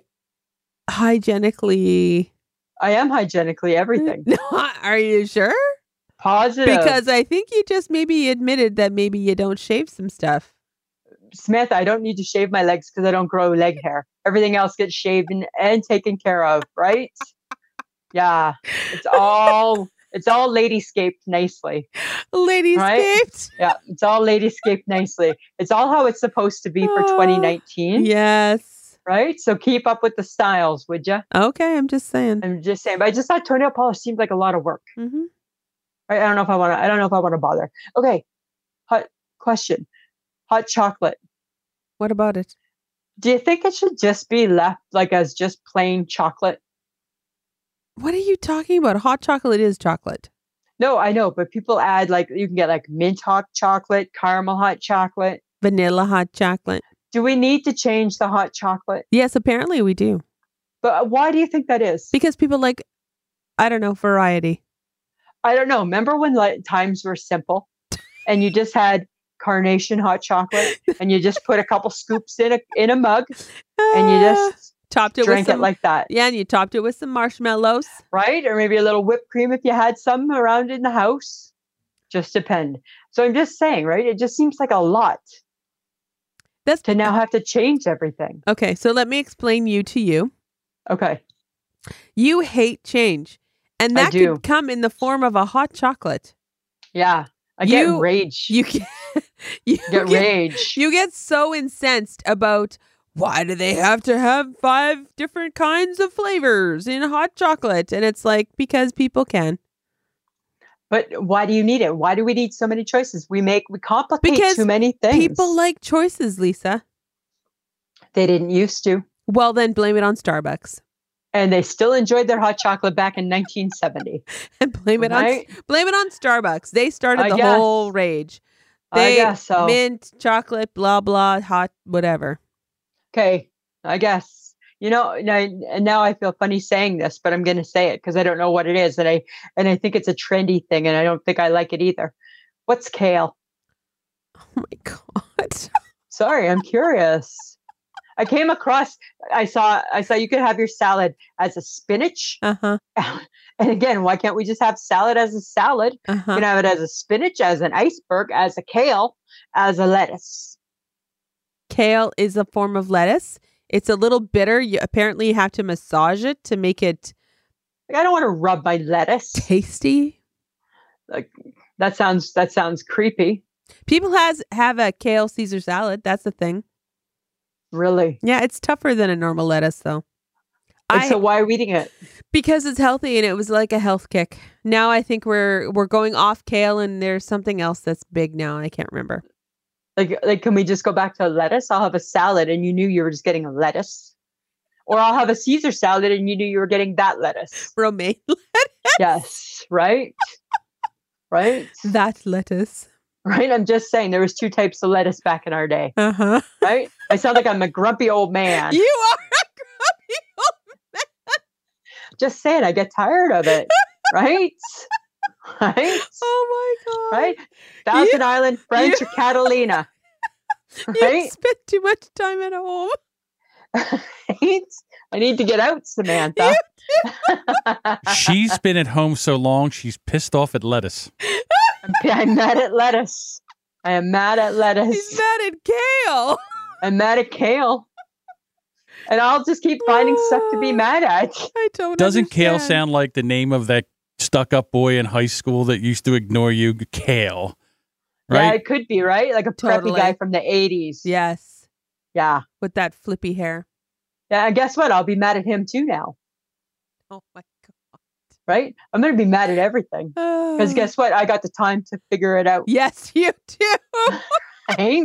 A: hygienically?
B: I am hygienically everything.
A: Are you sure?
B: Positive.
A: Because I think you just maybe admitted that maybe you don't shave some stuff.
B: Samantha, I don't need to shave my legs because I don't grow leg hair. Everything else gets shaven and taken care of, right? Yeah. It's all it's all ladyscaped nicely.
A: Ladies escaped.
B: Yeah. It's all ladyscaped nicely. It's all how it's supposed to be for
A: Oh,
B: 2019.
A: Yes.
B: Right? So keep up with the styles, would you?
A: Okay, I'm just saying.
B: I'm just saying, but I just thought toenail polish seemed like a lot of work.
A: Mhm.
B: Right? I don't know if I want to. I don't know if I want to bother. Okay, hot question: hot chocolate.
A: What about it?
B: Do you think it should just be left like as just plain chocolate?
A: What are you talking about? Hot chocolate is chocolate.
B: No, I know, but people add like you can get like mint hot chocolate, caramel hot chocolate.
A: Vanilla hot chocolate.
B: Do we need to change the hot chocolate?
A: Yes, apparently we do.
B: But why do you think that is?
A: Because people like, I don't know, variety.
B: I don't know. Remember when like, times were simple, and you just had carnation hot chocolate, and you just put a couple scoops in a in a mug, and you
A: Ah,
B: just
A: topped it
B: drank
A: with some,
B: it like that.
A: yeah, and you topped it with some marshmallows.
B: right? Or maybe a little whipped cream if you had some around in the house. Just depend. So I'm just saying, right? It just seems like a lot
A: That's
B: to now have to change everything.
A: Okay, so let me explain you to you.
B: Okay.
A: You hate change, and
B: I
A: that
B: do.
A: could come in the form of a hot chocolate.
B: Yeah. I
A: You-
B: get rage.
A: You get, you
B: get rage.
A: You get so incensed about why do they have to have five different kinds of flavors in hot chocolate? And it's like because people can.
B: but why do you need it? Why do we need so many choices? We make we complicate
A: Because
B: too many things.
A: People like choices, Lisa.
B: they didn't used to.
A: Well, then blame it on Starbucks
B: And they still enjoyed their hot chocolate back in 1970.
A: and blame it
B: right?
A: on blame it on Starbucks. They started
B: I
A: the
B: guess.
A: whole rage.
B: I
A: They
B: guess so.
A: mint, chocolate, blah blah, hot, whatever.
B: okay. I guess. You know, now, and now I feel funny saying this, but I'm going to say it because I don't know what it is, and I and I think it's a trendy thing, and I don't think I like it either. What's kale?
A: Oh my god.
B: Sorry, I'm curious. I came across. I saw. I saw you could have your salad as a spinach.
A: Uh huh.
B: And again, why can't we just have salad as a salad?
A: Uh
B: You
A: huh.
B: can have it as a spinach, as an iceberg, as a kale, as a lettuce.
A: Kale is a form of lettuce. It's a little bitter. You apparently have to massage it to make it
B: Like I don't want to rub my lettuce.
A: tasty.
B: That sounds. That sounds creepy.
A: People has have a kale Caesar salad. That's the thing.
B: Really.
A: Yeah, it's tougher than a normal lettuce though. I
B: and so why are we eating it?
A: because it's healthy and it was like a health kick. Now I think we're we're going off kale and there's something else that's big now. I can't remember.
B: Like, like, can we just go back to lettuce? I'll have a salad, and you knew you were just getting a lettuce, or I'll have a Caesar salad, and you knew you were getting that lettuce.
A: Romaine
B: yes, right, right,
A: that lettuce.
B: right. I'm just saying there was two types of lettuce back in our day,
A: Uh huh.
B: right? I sound like I'm a grumpy old man.
A: You are a grumpy. old-
B: Just saying, I get tired of it, right? Right,
A: Oh my god.
B: right. Thousand Island French or Catalina,
A: You
B: right?
A: spent too much time at home.
B: I need to get out, Samantha.
C: She's been at home so long, she's pissed off at lettuce.
B: I'm mad at lettuce. I am mad at
A: He's
B: lettuce.
A: mad at kale.
B: I'm mad at kale. And I'll just keep finding stuff to
A: Oh.
B: be mad at.
A: I don't.
C: Doesn't Kale
A: understand.
C: sound like the name of that stuck up boy in high school that used to ignore you? Kale.
B: Yeah,
C: Right?
B: it could be, right? Like a preppy
A: Totally.
B: guy from the 80s.
A: Yes,
B: Yeah.
A: with that flippy hair.
B: Yeah. And guess what? I'll be mad at him too now,
A: Oh my god.
B: right? I'm going to be mad at everything. Because
A: Oh.
B: guess what? I got the time to figure it out.
A: Yes, you do.
B: Right?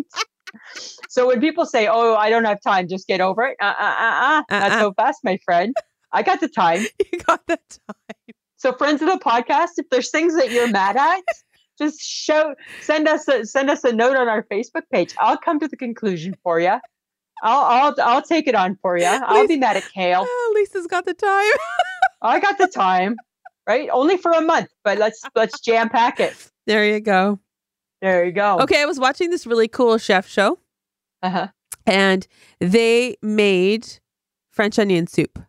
B: so when people say, oh, I don't have time, just get over it. Uh uh uh uh. Not
A: Uh-uh.
B: so fast, my friend. I got the time.
A: You got that time.
B: So, friends of the podcast, if there's things that you're mad at, just show send us a, send us a note on our Facebook page. I'll come to the conclusion for you. I'll I'll I'll take it on for you. I'll be mad at Kale.
A: Oh, Lisa's got the time.
B: I got the time, right? Only for a month, but let's let's jam pack it.
A: There you go.
B: There you go.
A: Okay, I was watching this really cool chef show,
B: Uh-huh.
A: and they made French onion soup.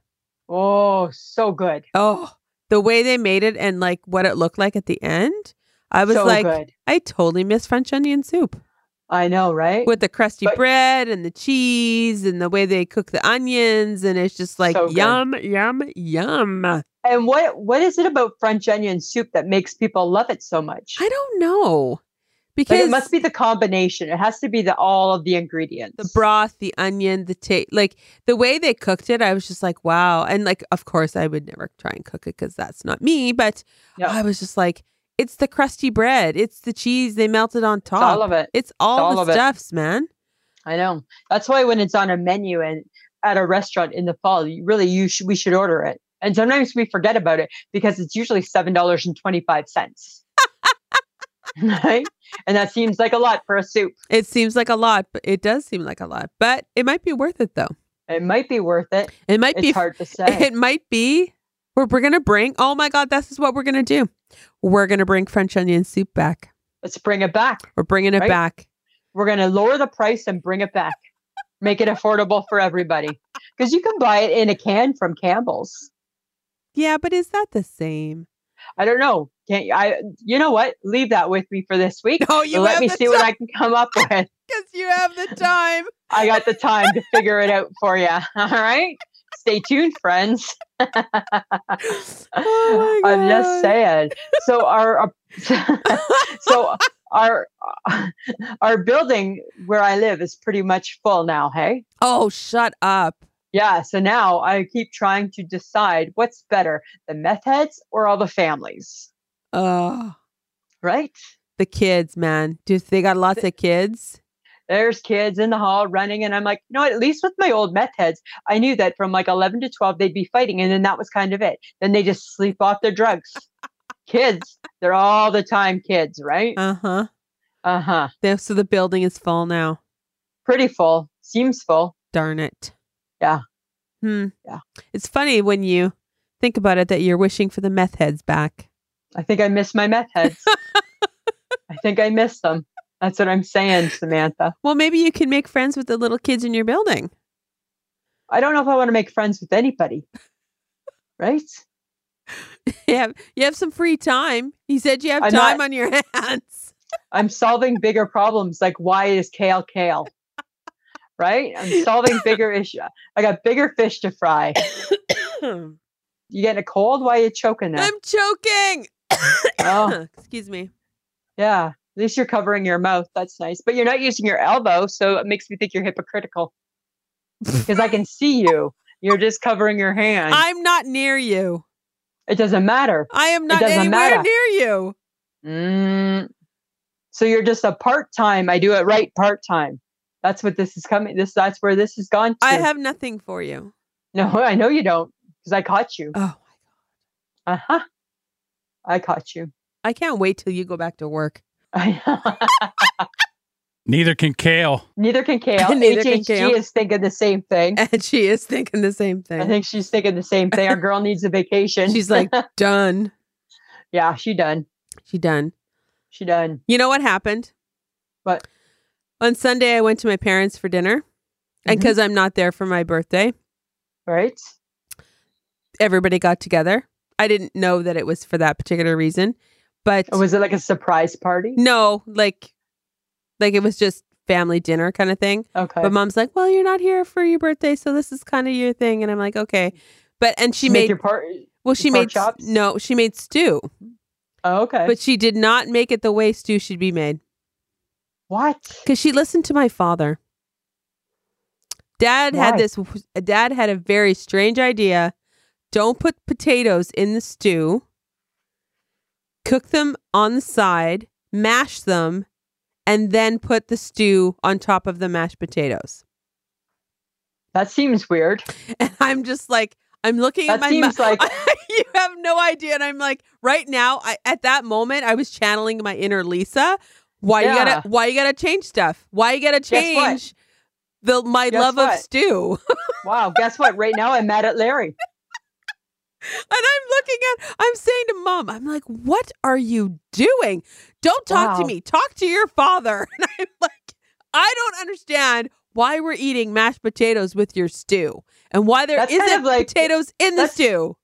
B: Oh, so good.
A: Oh, the way they made it and like what it looked like at the end, I was
B: so
A: like,
B: good.
A: I totally miss French onion soup
B: I know, right?
A: with the crusty
B: But-
A: bread and the cheese and the way they cook the onions, and it's just like
B: So good.
A: yum, yum, yum. I
B: and what what is it about French onion soup that makes people love it so much?
A: don't know
B: Like,
A: because
B: it must be the combination. It has to be the all of the ingredients.
A: the broth, the onion, the taste, like the way they cooked it, I was just like, wow. And like, of course, I would never try and cook it because that's not me. But
B: No.
A: I was just like, it's the crusty bread, it's the cheese they melted on
B: It's
A: top.
B: all of it.
A: It's all,
B: all of
A: the
B: it.
A: stuffs, man.
B: I know. That's why when it's on a menu and at a restaurant in the fall, you- really you should we should order it. And sometimes we forget about it because it's usually seven dollars and twenty five cents. right? And that seems like a lot for a soup.
A: It seems like a lot, but it does seem like a lot. But it might be worth it though.
B: It might be worth it.
A: It might
B: It's
A: be
B: hard to say.
A: it might be where we're gonna bring oh my god, this is what we're gonna do. We're gonna bring French onion soup back.
B: Let's bring it back.
A: We're bringing it
B: Right.
A: back.
B: We're going to lower the price and bring it back. Make it affordable for everybody. Because you can buy it in a can from Campbell's.
A: Yeah, but is that the same?
B: I don't know. Can't you- I? You know what? Leave that with me for this week.
A: No, Oh, you
B: Let
A: have
B: me
A: the
B: see what I can come up with.
A: Because you have the time.
B: I got the time to figure it out for you. All right. Stay tuned, friends.
A: Oh my
B: I'm just
A: God.
B: saying. So our so our our building where I live is pretty much full now. Hey.
A: Oh, shut up.
B: Yeah. So now I keep trying to decide what's better, the meth heads or all the families,
A: Oh,
B: right?
A: the kids, man. Do they got lots of kids?
B: There's kids in the hall running, and I'm like, you know, what? at least with my old meth heads, I knew that from like 11 to 12 they'd be fighting, and then that was kind of it. Then they just sleep off their drugs. kids, they're all the time kids, right?
A: Uh huh.
B: Uh huh.
A: So the building is full now.
B: Pretty full, seems full.
A: Darn it.
B: Yeah.
A: Hmm.
B: Yeah.
A: It's funny when you think about it that you're wishing for the meth heads back.
B: I think I miss my meth heads. I think I miss them. That's what I'm saying, Samantha.
A: Well, maybe you can make friends with the little kids in your building.
B: I don't know if I want to make friends with anybody, right?
A: You have, you have some free time. He said you have
B: I'm
A: time
B: not-
A: on your hands.
B: I'm solving bigger problems like why is kale kale? Right? I'm solving bigger issue. I got bigger fish to fry.
A: I'm
B: You getting a cold? Why are you choking there?
A: choking.
B: Oh,
A: Excuse me.
B: yeah. At least you're covering your mouth. That's nice. But you're not using your elbow, so it makes me think you're hypocritical. Because I can see you. You're just covering your hand.
A: I'm not near you.
B: it doesn't matter.
A: I am not
B: doesn't
A: anywhere
B: matter.
A: near you.
B: Mm. So you're just a part time. I do it right part time. That's what this is coming. This that's where this has gone to.
A: I have nothing for you.
B: no, I know you don't, because I caught you.
A: Oh,
B: Uh huh. I caught you.
A: I can't wait till you go back to work.
C: Neither can Kale.
B: Neither can Kale.
A: Neither can
B: HHG
A: Kale.
B: is thinking the same thing.
A: And she is thinking the same
B: I
A: thing.
B: think she's thinking the same thing. Our girl needs a vacation.
A: She's like, done.
B: yeah, she done.
A: She done.
B: She done.
A: You know what happened?
B: What?
A: On Sunday, I went to my parents for dinner. And
B: Mhm.
A: because I'm not there for my birthday,
B: Right?
A: everybody got together. I didn't know that it was for that particular reason, but
B: Or Oh, was it like a surprise party?
A: no, like, like it was just family dinner kind of thing.
B: Okay.
A: But mom's like, "Well, you're not here for your birthday, so this is kind of your thing." And I'm like, "Okay," but and she
B: Make
A: made
B: your party.
A: well, she
B: pork
A: made s-
B: chops?
A: no, she made stew,
B: Oh, okay.
A: but she did not make it the way stew should be made
B: what?
A: because she listened to my father. Dad had
B: Why?
A: this. Dad had a very strange idea. Don't put potatoes in the stew. Cook them on the side, mash them, and then put the stew on top of the mashed potatoes.
B: That seems weird.
A: and I'm just like I'm looking
B: That
A: at my mouth.
B: seems like-
A: you have no idea and I'm like right now I at that moment I was channeling my inner Lisa why you
B: Yeah.
A: gotta why you gotta change stuff why you gotta
B: Guess what?
A: change the my
B: Guess
A: love of
B: what?
A: stew
B: Wow. Guess what? Right now I'm mad at Larry.
A: and I'm looking at. I'm saying to mom, I'm like, what are you doing? Don't talk to
B: Wow.
A: me. Talk to your father. And I'm like, I don't understand why we're eating mashed potatoes with your stew and why there
B: That's kind
A: not
B: of like-
A: potatoes in the
B: that's-
A: stew.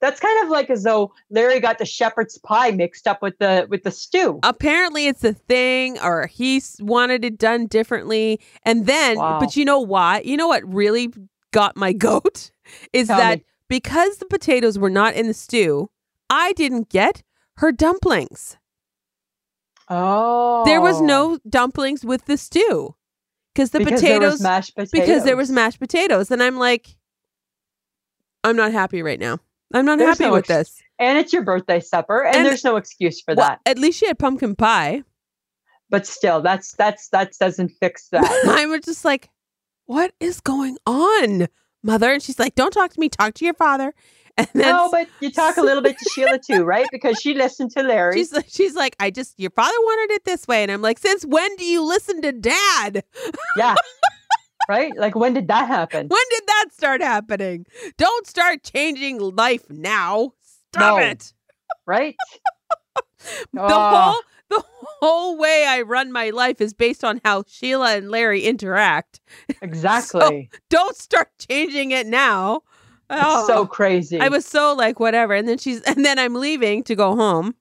B: That's kind of like as though Larry got the shepherd's pie mixed up with the with the
A: Oh,
B: stew.
A: apparently it's a thing or he s- wanted it done differently and then
B: Wow.
A: but you know why you know what really got my goat is
B: Tell
A: that
B: me.
A: because the potatoes were not in the stew i didn't get her dumplings
B: Oh,
A: there was no dumplings with the stew because the
B: because there
A: potatoes
B: was mashed potatoes
A: because there was mashed potatoes and i'm like i'm not happy right now i'm not
B: There's
A: happy
B: no
A: with
B: ex-
A: this
B: and it's your birthday supper, and,
A: And-
B: there's no excuse for
A: Well,
B: that.
A: at least she had pumpkin pie
B: But still, that's that's that doesn't fix that.
A: I was just like, what is going on, mother? And she's like, don't talk to me, talk to your father. And then
B: no, but you talk a little bit to Sheila too, right? Because she listened to Larry.
A: she's like, she's like, I just, your father wanted it this way. And I'm like, since when do you listen to dad?
B: yeah, right. Like when did that happen?
A: When did that start happening? Don't start changing life now. Stop
B: No.
A: it.
B: Right.
A: The
B: Ah.
A: whole the whole way I run my life is based on how Sheila and Larry interact.
B: Exactly.
A: Don't start changing it now.
B: it's so crazy.
A: I was so like, whatever. And then she's, and then I'm leaving to go home.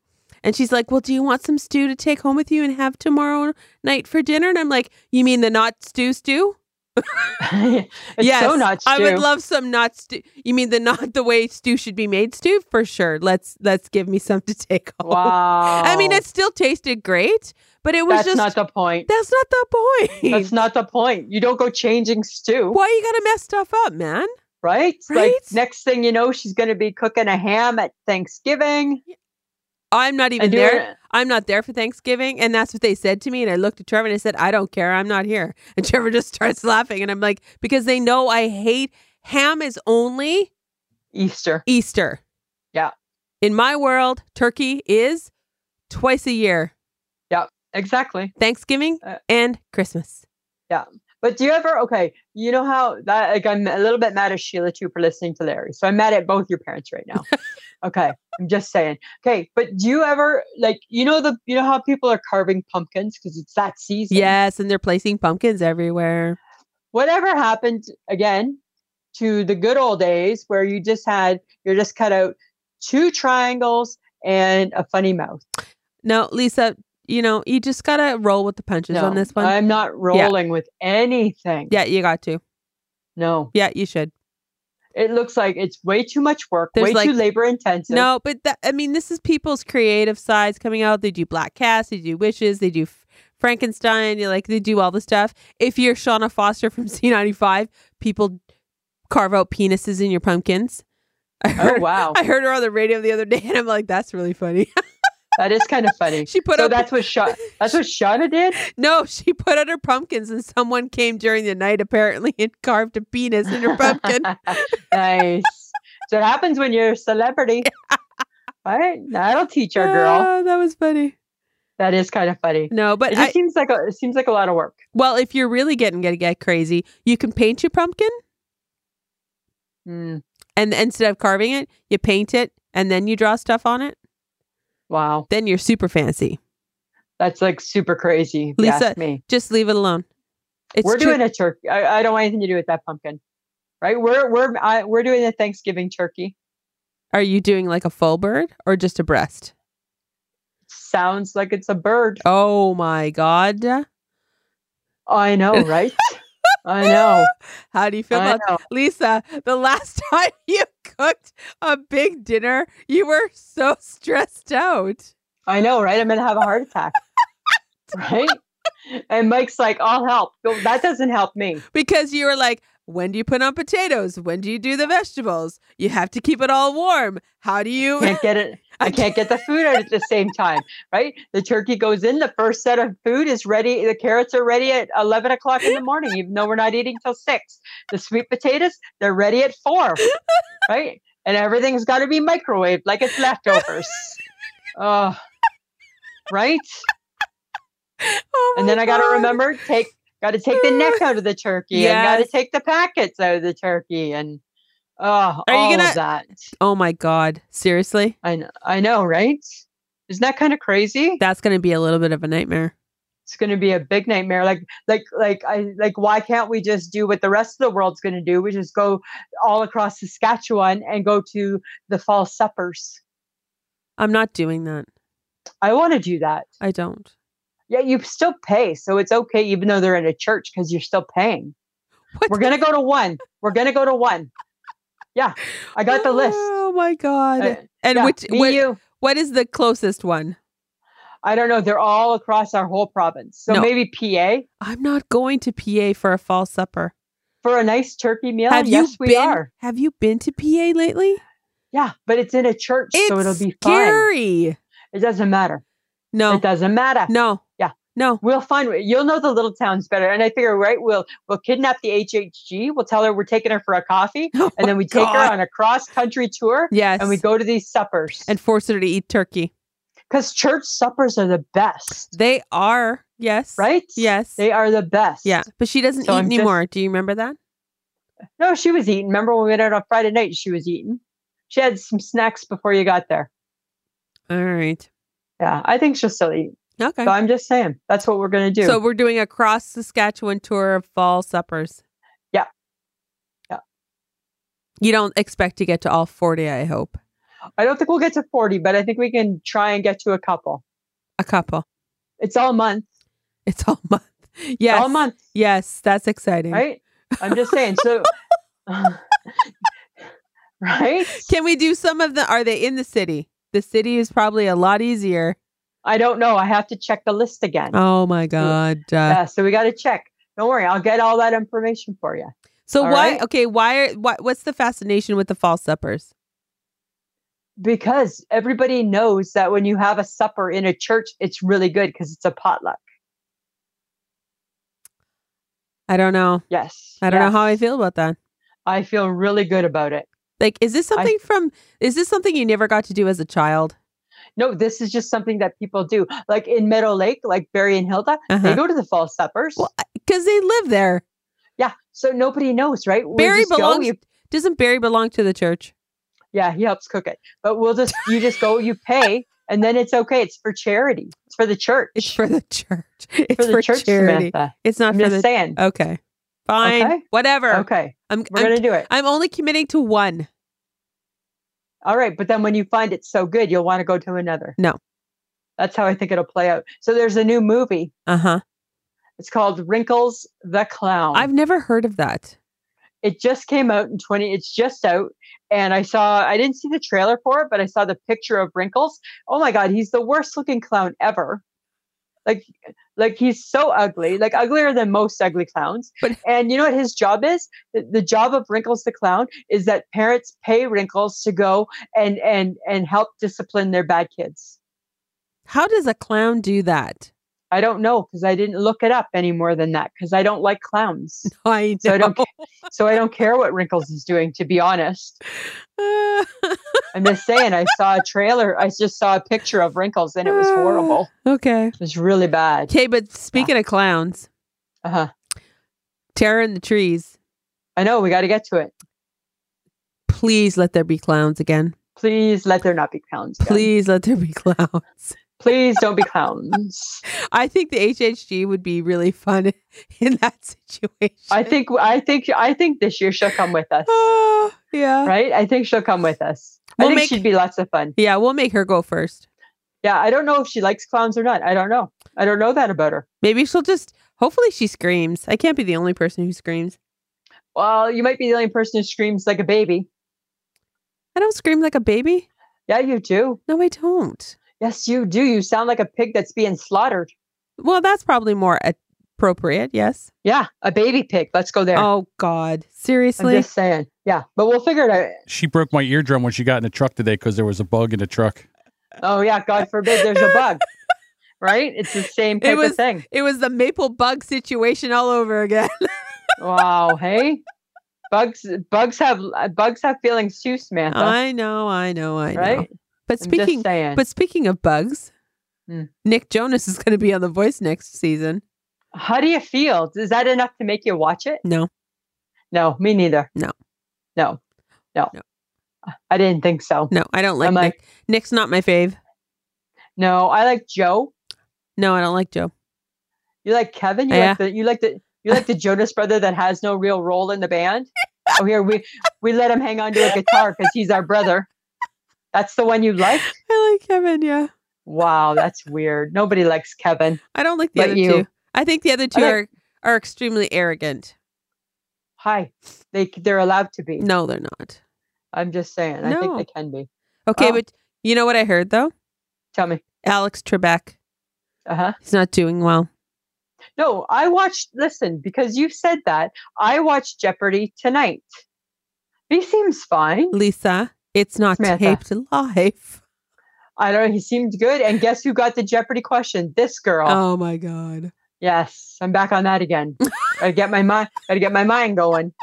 A: And she's like, well, do you want some stew to take home with you and have tomorrow night for dinner? And I'm like, you mean the not stew stew?
B: it's
A: yes.
B: so not
A: I
B: stew.
A: would love some not stew. You mean the not the way stew should be made stew? For sure. Let's, let's give me some to take home.
B: Wow.
A: I mean, it still tasted great, but it was
B: that's
A: just,
B: not the point.
A: that's not the point.
B: That's not the point. You don't go changing stew,
A: Why you gotta mess stuff up, man?
B: right?
A: Right?
B: Like next thing you know, she's going to be cooking a ham at Thanksgiving.
A: I'm not even
B: and doing
A: there.
B: it.
A: I'm not there for Thanksgiving. And that's what they said to me. And I looked at Trevor and I said, I don't care. I'm not here. And Trevor just starts laughing. And I'm like, because they know I hate ham is only
B: Easter.
A: Easter.
B: Yeah.
A: In my world, turkey is twice a year
B: Exactly.
A: Thanksgiving
B: Uh,
A: and Christmas.
B: But do you ever okay? You know how that like I'm a little bit mad at Sheila too for listening to Larry. So I'm mad at both your parents right now. okay. I'm just saying. Okay, but do you ever like you know the you know how people are carving pumpkins because it's that season?
A: Yes. And they're placing pumpkins everywhere.
B: Whatever happened again to the good old days where you just had you're just cut out two triangles and a funny mouth.
A: No, Lisa, you know, you just got to roll with the punches on this one.
B: I'm not rolling with anything.
A: yeah, you got to.
B: No.
A: Yeah, you should.
B: It looks like it's way too much work,
A: There's
B: way
A: like-
B: too labor intensive.
A: No, but that, I mean, this is people's creative sides coming out. They do black cast, they do wishes, they do F- Frankenstein. You like they do all the stuff. If you're Shauna Foster from C95, people carve out penises in your pumpkins. I
B: Oh
A: heard,
B: wow.
A: I heard her on the radio the other day, and I'm like, that's really funny.
B: That is kind of funny.
A: she put
B: so
A: up
B: that's what Sha- that's what Shauna did.
A: no, she put out her pumpkins, and someone came during the night apparently and carved a penis in her pumpkin.
B: nice. So it happens when you're a celebrity. Right? That'll teach our girl.
A: Ah, that was funny.
B: That is kind of funny.
A: No,
B: It
A: but
B: just
A: I,
B: seems like a, it seems like a lot of work.
A: well, if you're really getting gonna get crazy, you can paint your pumpkin.
B: Mm,
A: and instead of carving it, you paint it and then you draw stuff on it.
B: wow,
A: Then you're super fancy.
B: that's like super crazy. if you
A: Lisa,
B: ask me.
A: Just leave it alone. It's
B: we're
A: too-
B: doing a turkey. I, I don't want anything to do with that pumpkin. Right? We're we're I, we're doing a Thanksgiving turkey.
A: Are you doing like a full bird or just a breast?
B: Sounds like it's a bird.
A: Oh my god!
B: I know, right? I know.
A: How do you feel
B: I
A: about
B: know.
A: Lisa? The last time you cooked a big dinner, you were so stressed out.
B: I know, right? I'm gonna have a heart attack, right? And Mike's like, "I'll help." No, that doesn't help me.
A: because you were like, when do you put on potatoes? When do you do the vegetables? You have to keep it all warm. How do you?
B: Can't get it. I can't get the food out at the same time, right? The turkey goes in. The first set of food is ready. The carrots are ready at eleven o'clock in the morning, even though we're not eating till six. The sweet potatoes, they're ready at four, right? And everything's got to be microwaved like it's leftovers. Oh, right.
A: Oh
B: and
A: my
B: then I got to
A: God.
B: remember take got to take the neck out of the turkey and got
A: Yes.
B: to take the packets out of the turkey and Oh,
A: you
B: all
A: gonna-
B: of that.
A: Oh my God. Seriously?
B: I know, I know, right? Isn't that kind of crazy?
A: That's going to be a little bit of a nightmare.
B: it's going to be a big nightmare. Like, like, like, I like. Why can't we just do what the rest of the world's going to do? We just go all across Saskatchewan and go to the fall suppers.
A: I'm not doing that.
B: I want to do that.
A: I don't.
B: Yeah, you still pay, so it's okay, even though they're in a church because you're still paying.
A: What
B: We're gonna go to one. We're gonna go to one. Yeah, I got the list.
A: Oh my God.
B: Uh,
A: and
B: yeah,
A: which,
B: me,
A: what,
B: you.
A: what is the closest one?
B: I don't know. They're all across our whole province, so
A: No.
B: maybe PA
A: I'm not going to PA for a fall supper.
B: for a nice turkey meal.
A: have
B: yes,
A: you
B: we
A: been?
B: are.
A: Have you been to PA lately?
B: Yeah, but it's in a church,
A: It's
B: so it'll be fine.
A: scary.
B: It doesn't matter.
A: No,
B: It doesn't matter.
A: no,
B: Yeah.
A: no.
B: We'll find you'll know the little towns better. And I figure, right, we'll we'll kidnap the HHG. We'll tell her we're taking her for a coffee,
A: Oh
B: and then
A: my
B: we take
A: God.
B: her on a cross country tour,
A: Yes,
B: and we go to these suppers.
A: and force her to eat turkey.
B: because church suppers are the best,
A: They are yes,
B: right?
A: Yes,
B: they are the best.
A: yeah. But she doesn't
B: So
A: eat
B: I'm just-
A: anymore. Do you remember that?
B: No, she was eating. Remember when we went out on Friday night? She was eating. She had some snacks before you got there.
A: All right.
B: Yeah, I think she'll still eat.
A: Okay.
B: So I'm just saying, that's what we're gonna do.
A: So we're doing a cross Saskatchewan tour of fall suppers.
B: Yeah. Yeah.
A: You don't expect to get to all forty, I hope.
B: I don't think we'll get to 40, but I think we can try and get to a couple.
A: A couple.
B: It's all month.
A: It's all month.
B: It's
A: Yes.
B: All month.
A: Yes, that's exciting.
B: right? I'm just saying. So, right?
A: Can we do some of the? Are they in the city? The city is probably a lot easier.
B: I don't know. I have to check the list again.
A: Oh my god. Uh,
B: Yeah, so we got to check. Don't worry, I'll get all that information for you.
A: so
B: all
A: why?
B: right.
A: Okay, why are why, What's the fascination with the fall suppers?
B: Because everybody knows that when you have a supper in a church, it's really good because it's a potluck.
A: I don't know.
B: Yes.
A: I don't know how I
B: yes.
A: feel about that.
B: I feel really good about it.
A: Like, is this
B: I-
A: something from? Is this something you never got to do as a child?
B: No, this is just something that people do. Like in Meadow Lake, like Barry and Hilda, they
A: Because
B: go to the fall suppers.
A: Well, Uh-huh. they live there.
B: yeah. So nobody knows, right? We'll
A: Barry
B: just go,
A: belongs.
B: you
A: doesn't Barry belong to the church?
B: Yeah, he helps cook it. But we'll just you just go, you pay, and then it's okay. It's for charity. It's for the church.
A: It's for the church. It's
B: For
A: for,
B: the church,
A: charity.
B: Samantha.
A: It's not
B: I'm
A: for
B: just
A: the.
B: saying.
A: Okay, fine,
B: Okay?
A: whatever.
B: Okay,
A: I'm.
B: we're
A: I'm,
B: gonna do it.
A: I'm only committing to one.
B: All right, but then when you find it so good, you'll want to go to another.
A: No.
B: that's how I think it'll play out. So there's a new movie.
A: Uh huh.
B: It's called Wrinkles the Clown.
A: I've never heard of that.
B: it just came out in 20 it's just out and i saw i didn't see the trailer for it but i saw the picture of wrinkles oh my god he's the worst looking clown ever like like he's so ugly like uglier than most ugly clowns
A: But-
B: and you know what his job is the, the job of wrinkles the clown is that parents pay wrinkles to go and and and help discipline their bad kids
A: How does a clown do that?
B: i don't know because i didn't look it up any more than that because i don't like clowns
A: I know.
B: So I don't so i don't care what wrinkles is doing to be honest I'm just saying, I saw a trailer. I just saw a picture of Wrinkles, and it was horrible.
A: okay.
B: It was really bad.
A: Okay, but speaking of clowns,
B: Uh-huh.
A: terror in the trees.
B: I know we got to get to it.
A: Please let there be clowns again.
B: Please let there not be clowns. again.
A: Please let there be clowns.
B: please don't be clowns.
A: I think the HHG would be really fun in that situation.
B: I think I think I think this year she'll come with us,
A: Oh, yeah.
B: right? I think she'll come with us.
A: We'll
B: I think
A: make-
B: she'd be lots of fun.
A: Yeah, we'll make her go first.
B: Yeah, I don't know if she likes clowns or not. I don't know. I don't know that about her.
A: Maybe she'll just. Hopefully, she screams. I can't be the only person who screams.
B: Well, you might be the only person who screams like a baby.
A: I don't scream like a baby.
B: Yeah, you do.
A: No, I don't.
B: Yes, you do. You sound like a pig that's being slaughtered.
A: Well, that's probably more appropriate. Yes.
B: Yeah, a baby pig. Let's go there.
A: Oh God,
B: I'm
A: seriously?
B: just saying. Yeah, but we'll figure it out.
C: She broke my eardrum when she got in the truck today because there was a bug in the truck.
B: Oh yeah, God forbid there's a bug. Right? It's the same type
A: was-
B: of thing.
A: it was the maple bug situation all over again.
B: Wow, hey. Bugs bugs have uh, bugs have feelings too, Samantha.
A: I know, I know, I know.
B: right?
A: But
B: I'm just
A: speaking,
B: saying.
A: but speaking of bugs,
B: Mm.
A: Nick Jonas is going to be on The Voice next season.
B: How do you feel? Is that enough to make you watch it?
A: No,
B: No, me neither.
A: No.
B: No. No.
A: No.
B: I didn't think so.
A: No, I don't like
B: I'm
A: Nick.
B: like-
A: Nick's not my fave.
B: No, I like Joe.
A: No, I don't like Joe.
B: You like Kevin? You
A: Yeah.
B: like the you like the you like the Jonas brother that has no real role in the band? Oh here we we let him hang on to a guitar because he's our brother. That's the one you like?
A: I like Kevin. Yeah,
B: Wow, that's weird. Nobody likes Kevin.
A: I don't like the
B: But
A: other
B: you-
A: two. I think the other two
B: like-
A: are are extremely arrogant.
B: Hi. They they're allowed to be.
A: No, they're not.
B: I'm just saying. I
A: No.
B: think they can be.
A: Okay,
B: Oh.
A: but you know what I heard though?
B: Tell me.
A: Alex Trebek.
B: Uh-huh.
A: He's not doing well.
B: No, I watched listen, because you said that, I watched Jeopardy tonight. He seems fine.
A: Lisa, it's not
B: Samantha.
A: taped live.
B: I don't know. He seemed good. And guess who got the Jeopardy question? This girl.
A: Oh my god.
B: Yes, I'm back on that again. I get my mind. I get my mind going.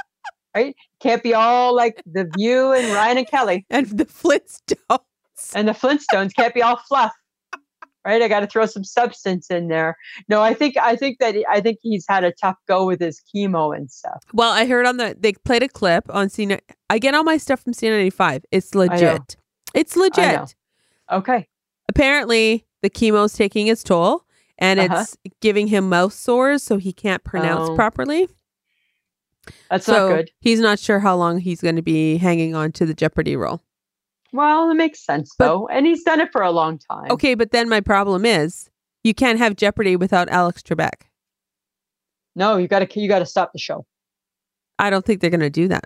B: Right? Can't be all like the View and Ryan and Kelly
A: And the Flintstones.
B: and the Flintstones. Can't be all fluff. Right? I got to throw some substance in there. No, I think I think that I think he's had a tough go with his chemo and stuff.
A: Well, I heard on the they played a clip on C. I get all my stuff from C95. It's legit. It's
B: know.
A: legit.
B: Okay.
A: Apparently, the chemo's taking its toll, and
B: Uh-huh.
A: it's giving him mouth sores, so he can't pronounce
B: Oh.
A: properly.
B: That's
A: so
B: not good.
A: he's not sure how long he's going to be hanging on to the Jeopardy role.
B: Well, it makes sense
A: But-
B: though. And he's done it for a long time.
A: Okay, but then my problem is you can't have Jeopardy without Alex Trebek.
B: No, you got to you got to stop the show.
A: I don't think they're going to do that.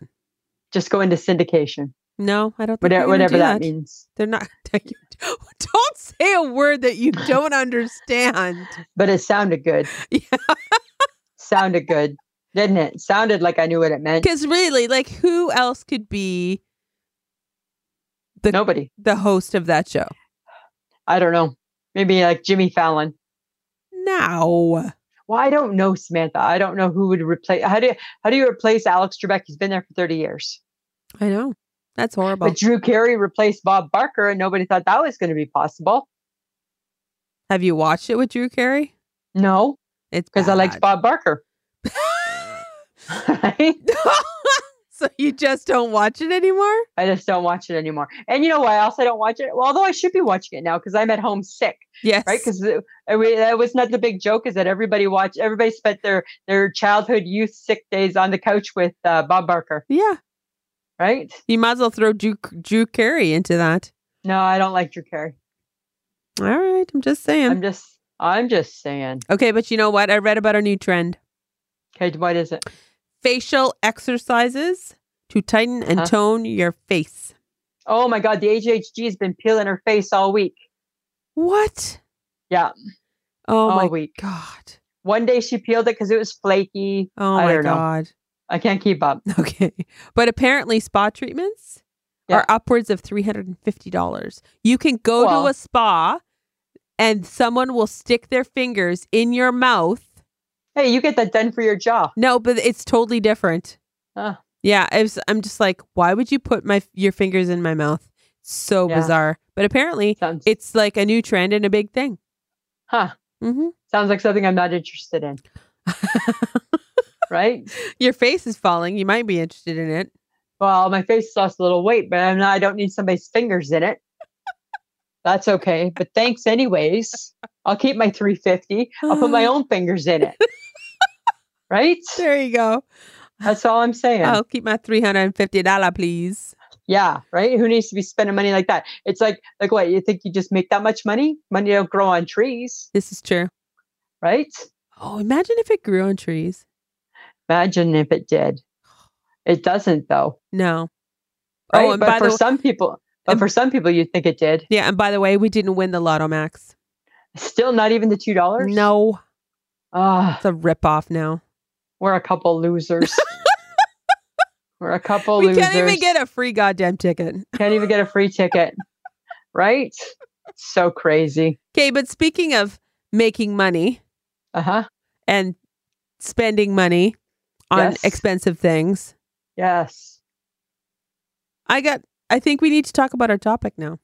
B: Just go into syndication.
A: No, I don't. Think they're gonna
B: Whatever whatever
A: do
B: that. means.
A: They're not. don't say a word that you don't understand.
B: But it sounded good.
A: Yeah.
B: sounded good, didn't it? Sounded like I knew what it meant.
A: Because really, like, who else could be the
B: Nobody.
A: the host of that show?
B: I don't know. Maybe like Jimmy Fallon.
A: No,
B: Well, I don't know, Samantha. I don't know who would replace. How do you, how do you replace Alex Trebek? He's been there for thirty years.
A: I know that's horrible.
B: But Drew Carey replaced Bob Barker, and nobody thought that was going to be possible.
A: Have you watched it with Drew Carey?
B: No,
A: It's
B: because I liked
A: bad.
B: Bob Barker. Right?
A: so you just don't watch it anymore.
B: I just don't watch it anymore. And you know why else I don't watch it? Well, although I should be watching it now because I'm at home sick.
A: Yes,
B: right? Because that was not the big joke is that everybody watched, everybody spent their their childhood, youth, sick days on the couch with uh, Bob Barker,
A: yeah,
B: right?
A: you might as well throw Drew Drew Carey into that.
B: No, I don't like Drew Carey.
A: All right, I'm just saying.
B: I'm just, I'm just saying.
A: okay, but you know what? I read about a new trend:
B: Okay, what is it?
A: facial exercises to tighten and
B: Huh?
A: tone your face.
B: Oh my God, the HHG has been peeling her face all week.
A: What?
B: Yeah,
A: Oh
B: all
A: my
B: week.
A: god.
B: One day she peeled it because it was flaky.
A: Oh
B: I
A: my
B: don't know.
A: god.
B: I can't keep up.
A: Okay. But apparently spa treatments
B: Yeah.
A: are upwards of $350. You can go
B: Well-
A: to a spa and someone will stick their fingers in your mouth.
B: Hey, you get that done for your jaw.
A: No, but it's totally different.
B: Huh.
A: Yeah, I was, I'm just like, why would you put my your fingers in my mouth? So
B: Yeah.
A: bizarre. But apparently
B: Sounds,
A: it's like a new trend and a big thing.
B: huh?
A: hmm
B: Sounds like something I'm not interested in. right?
A: Your face is falling. You might be interested in it.
B: Well, my face lost a little weight, but I'm not, I don't need somebody's fingers in it. That's okay. But thanks anyways. I'll keep my 350. I'll put my own fingers in it. Right?
A: There Oh. you go.
B: That's all I'm saying.
A: I'll keep my $350, please.
B: Yeah, right? Who needs to be spending money like that? It's like like what, you think you just make that much money? Money don't grow on trees,
A: This is true.
B: right?
A: Oh, imagine if it grew on trees.
B: Imagine if it did. It doesn't though.
A: No.
B: Right?
A: Oh, and
B: but
A: by
B: for
A: the
B: some people but
A: and-
B: for some people you'd think it did.
A: yeah, and by the way, we didn't win the Lotto Max.
B: Still not even the two dollars?
A: No,
B: Ah.
A: it's a ripoff now.
B: We're a couple losers. We're a couple
A: we
B: losers.
A: can't even get a free goddamn ticket.
B: Can't even get a free ticket. Right? So crazy.
A: Okay, but speaking of making money
B: Uh huh.
A: and spending money on
B: Yes.
A: expensive things,
B: Yes.
A: I got. I think we need to talk about our topic now.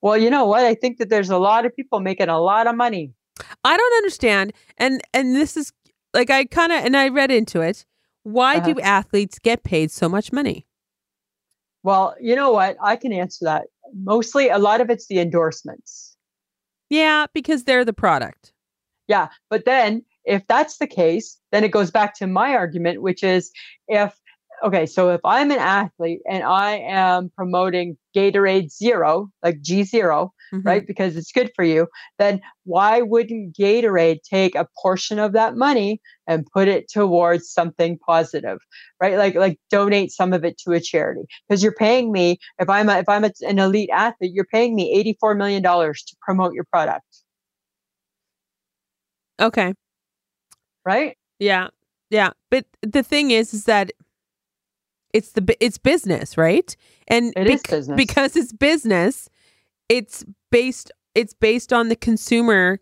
B: Well, you know what? I think that there's a lot of people making a lot of money.
A: I don't understand, and and this is like I kind of and I read into it. Why
B: Uh-huh.
A: do athletes get paid so much money?
B: Well, you know what? I can answer that. Mostly, a lot of it's the endorsements.
A: Yeah, because they're the product.
B: Yeah. But then if that's the case, then it goes back to my argument, which is if, okay, so if I'm an athlete and I am promoting Gatorade Zero, like G 0
A: Mhm.
B: right, because it's good for you, then why wouldn't Gatorade take a portion of that money and put it towards something positive, right? Like, like donate some of it to a charity because you're paying me, if I'm, a, if I'm a, an elite athlete, you're paying me $84 million to promote your product,
A: Okay.
B: right?
A: Yeah. Yeah. But the thing is, is that it's the bu- it's business, right? And
B: It is business.
A: because it's business. It's based it's based on the consumer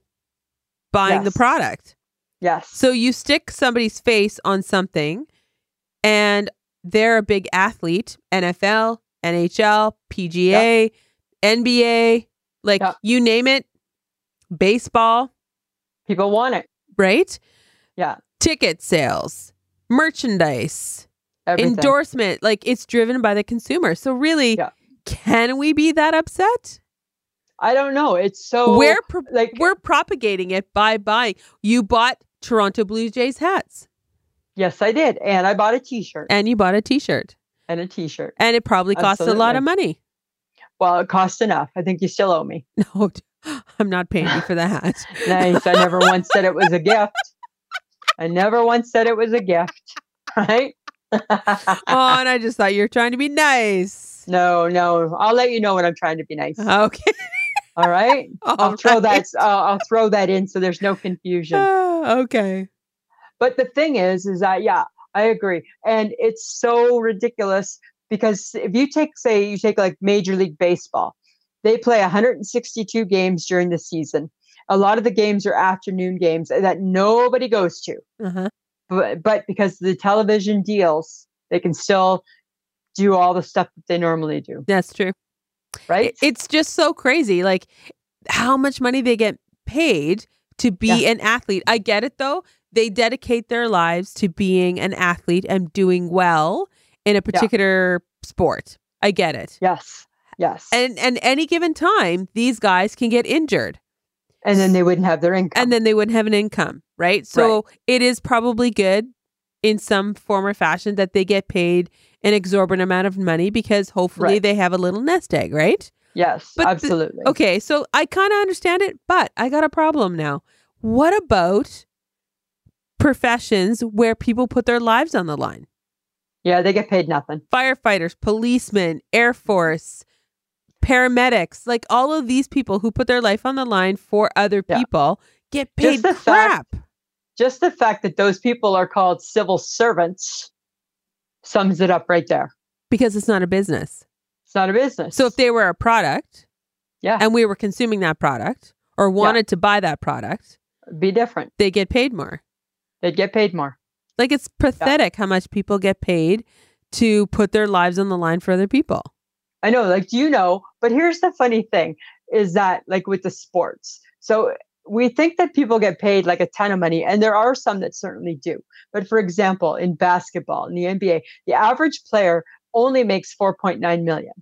A: buying the
B: Yes.
A: product.
B: Yes.
A: So you stick somebody's face on something and they're a big athlete, NFL, NHL, PGA, NBA, like
B: Yep.
A: you name it, baseball,
B: people want it.
A: right?
B: Yeah.
A: Ticket sales, merchandise,
B: Everything.
A: endorsement, like it's driven by the consumer. So really,
B: Yeah.
A: can we be that upset?
B: I don't know. It's so
A: we're pro-
B: like
A: we're propagating it by buying. You bought Toronto Blue Jays hats
B: yes, I did, and I bought a T-shirt
A: and you bought a t-shirt.
B: and a T-shirt.
A: and it probably costs a lot of money.
B: Well, it cost enough. I think you still owe me.
A: No, I'm not paying you for the hat.
B: Nice. I never once said it was a gift. I never once said it was a gift. Right?
A: oh, and I just thought you were trying to be nice.
B: no, no. I'll let you know when I'm trying to be nice.
A: Okay,
B: All right. I'll
A: all
B: throw
A: right.
B: that. I'll, I'll throw that in so there's no confusion.
A: Oh, okay.
B: But the thing is, is that yeah, I agree, and it's so ridiculous because if you take, say, you take like Major League Baseball, they play 162 games during the season. A lot of the games are afternoon games that nobody goes to,
A: Uh-huh.
B: but, but because of the television deals, they can still do all the stuff that they normally do,
A: That's true.
B: right?
A: It- It's just so crazy, like how much money they get paid to be
B: Yeah.
A: an athlete. I get it though. They dedicate their lives to being an athlete and doing well in a particular sport. I get it.
B: yes, yes,
A: And
B: and,
A: and any given time, these guys can get injured.
B: then they wouldn't have their income.
A: and then they wouldn't have an income, right? So it is probably good in some form or fashion that they get paid an exorbitant amount of money because hopefully
B: Right.
A: they have a little nest egg, right?
B: yes,
A: but the-
B: absolutely.
A: Okay, so I kind of understand it, but I got a problem now. What about professions where people put their lives on the line?
B: Yeah, they get paid nothing.
A: Firefighters, policemen, Air Force, paramedics, like all of these people who put their life on the line for other
B: Yeah.
A: people get paid
B: Just the
A: crap.
B: fact- just the fact that those people are called civil servants sums it up right there.
A: because it's not a business.
B: It's not a business.
A: So if they were a product,
B: Yeah.
A: and we were consuming that product or wanted to buy that product,
B: be different,
A: they get paid more.
B: they'd get paid more.
A: Like it's pathetic how much people get paid to put their lives on the line for other people.
B: I know, like you know, but here's the funny thing is that like with the sports. So we think that people get paid like a ton of money, and there are some that certainly do. But for example, in basketball, in the NBA, the average player only makes 4.9 million.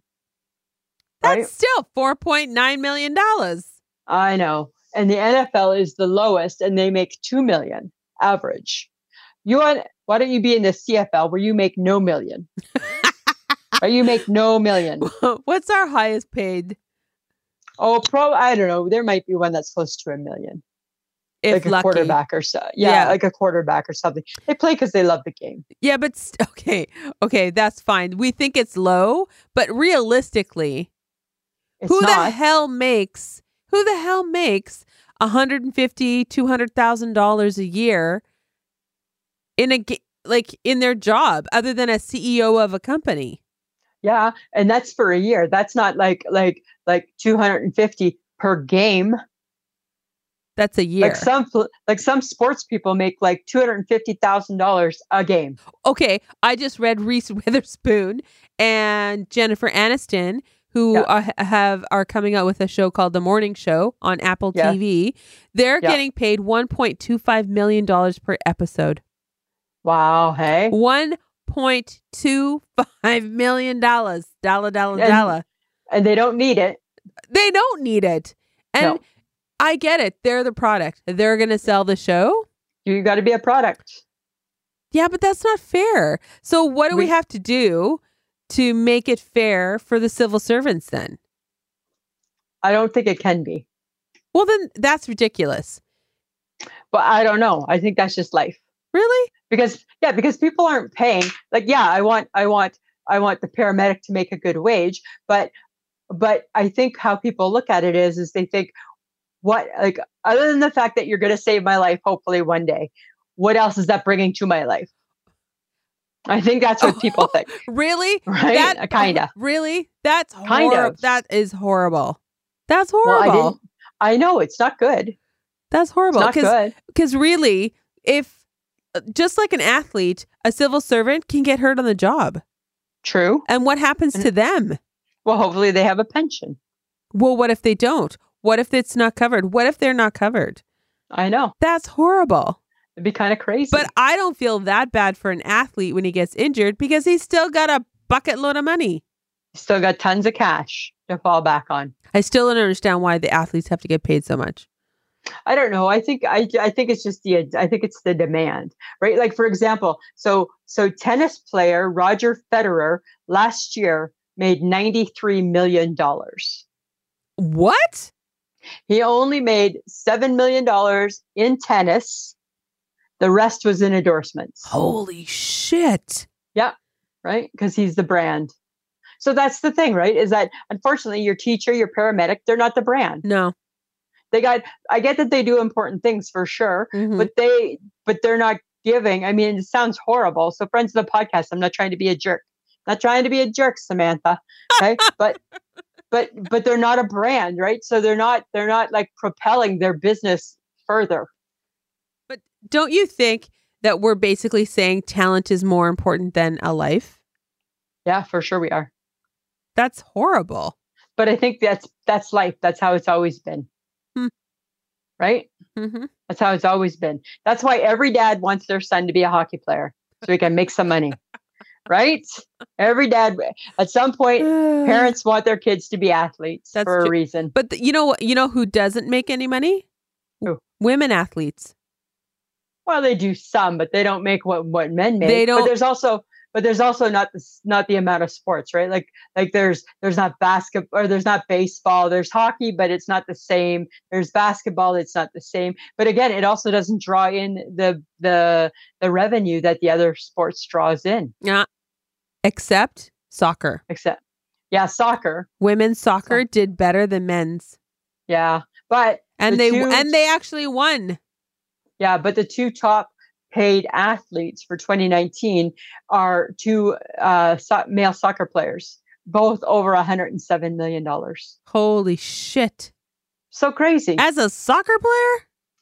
A: That's
B: Right?
A: still four point nine million dollars.
B: I know. And the NFL is the lowest and they make 2 million average. You want why don't you be in the CFL where you make no million? or you make no million.
A: What's our highest paid?
B: Oh, pro I don't know. There might be one that's close to a million.
A: If
B: like a
A: lucky,
B: quarterback or so. Yeah,
A: Yeah.
B: like a quarterback or something. They play cuz they love the game.
A: yeah, but st- okay, okay, that's fine. We think it's low, but realistically,
B: It's
A: who the
B: not
A: hell makes who the hell makes $150 $200000 a year in a ga- like in their job other than a ceo of a company
B: Yeah, and that's for a year. That's not like like like 250 per game.
A: that's a year
B: Like some pl- like some sports people make like $250,000 a game.
A: okay i just read reese witherspoon and jennifer aniston who
B: Yeah.
A: are, have are coming out with a show called the morning show on apple
B: Yeah.
A: tv they're
B: Yeah.
A: getting paid 1.25 million dollars per episode
B: Wow, hey.
A: $1.25 million. Dollar, dollar,
B: And-
A: dollar.
B: and they don't need it.
A: They don't need it. And
B: No.
A: I get it. They're the product. They're going to sell the show.
B: You got to be a product.
A: Yeah, but that's not fair. So what do we
B: We-
A: have to do to make it fair for the civil servants then?
B: I don't think it can be,
A: Well, then that's ridiculous.
B: but I don't know. I think that's just life.
A: Really?
B: because yeah because people aren't paying like yeah i want i want i want the paramedic to make a good wage but but i think how people look at it is is they think what like other than the fact that you're going to save my life hopefully one day what else is that bringing to my life i think that's what people think
A: Really?
B: right
A: Oh,
B: Uh,
A: That uh,
B: kind of
A: Really? That's
B: Kind
A: horrible.
B: of.
A: That is horrible. That's
B: well i
A: horrible.
B: didn't i know it's not good it's
A: that's horrible.
B: not
A: Because
B: good
A: because really, if uh, just like an athlete, a civil servant can get hurt on the job,
B: true
A: and what happens
B: And-
A: to them?
B: well hopefully they have a pension
A: Well, what if they don't? What if it's not covered? What if they're not covered?
B: i know
A: That's horrible.
B: it'd be kind of crazy
A: But I don't feel that bad for an athlete when he gets injured because he's still got a bucket load of money.
B: still got tons of cash to fall back on
A: I still don't understand why the athletes have to get paid so much.
B: I don't know. I think I I think it's just the I think it's the demand, right? Like for example, so so tennis player Roger Federer last year made 93 million dollars.
A: What?
B: He only made 7 million dollars in tennis. The rest was in endorsements,
A: Holy shit.
B: right? Cuz he's the brand. So that's the thing, right? Is that unfortunately your teacher, your paramedic, they're not the brand.
A: No.
B: They got I get that they do important things for sure,
A: Mhm.
B: but they but they're not giving i mean it sounds horrible so friends of the podcast i'm not trying to be a jerk not trying to be a jerk samantha okay but but but they're not a brand right so they're not they're not like propelling their business further
A: Don't you think that we're basically saying talent is more important than a life?
B: yeah for sure we are
A: That's horrible.
B: but i think that's that's life that's how it's always been
A: Hmm.
B: right
A: hmm
B: that's how it's always been that's why every dad wants their son to be a hockey player so he can make some money right every dad at some point parents want their kids to be athletes
A: That's
B: for a
A: true.
B: reason
A: But th- you know what? You know who doesn't make any money?
B: Who?
A: Women athletes.
B: well they do some but they don't make what what men make
A: They don't-
B: but there's also but there's also not the s- not the amount of sports right like like there's there's not basketball or there's not baseball there's hockey but it's not the same there's basketball it's not the same but again it also doesn't draw in the the the revenue that the other sports draws in
A: Yeah. Except soccer.
B: except yeah soccer
A: Women's soccer did better than men's.
B: yeah but
A: And
B: The
A: they
B: two-
A: and they actually won.
B: Yeah, but the two top paid athletes for 2019 are two uh, so- male soccer players, both over 107 million dollars.
A: Holy shit.
B: So crazy.
A: As a soccer player,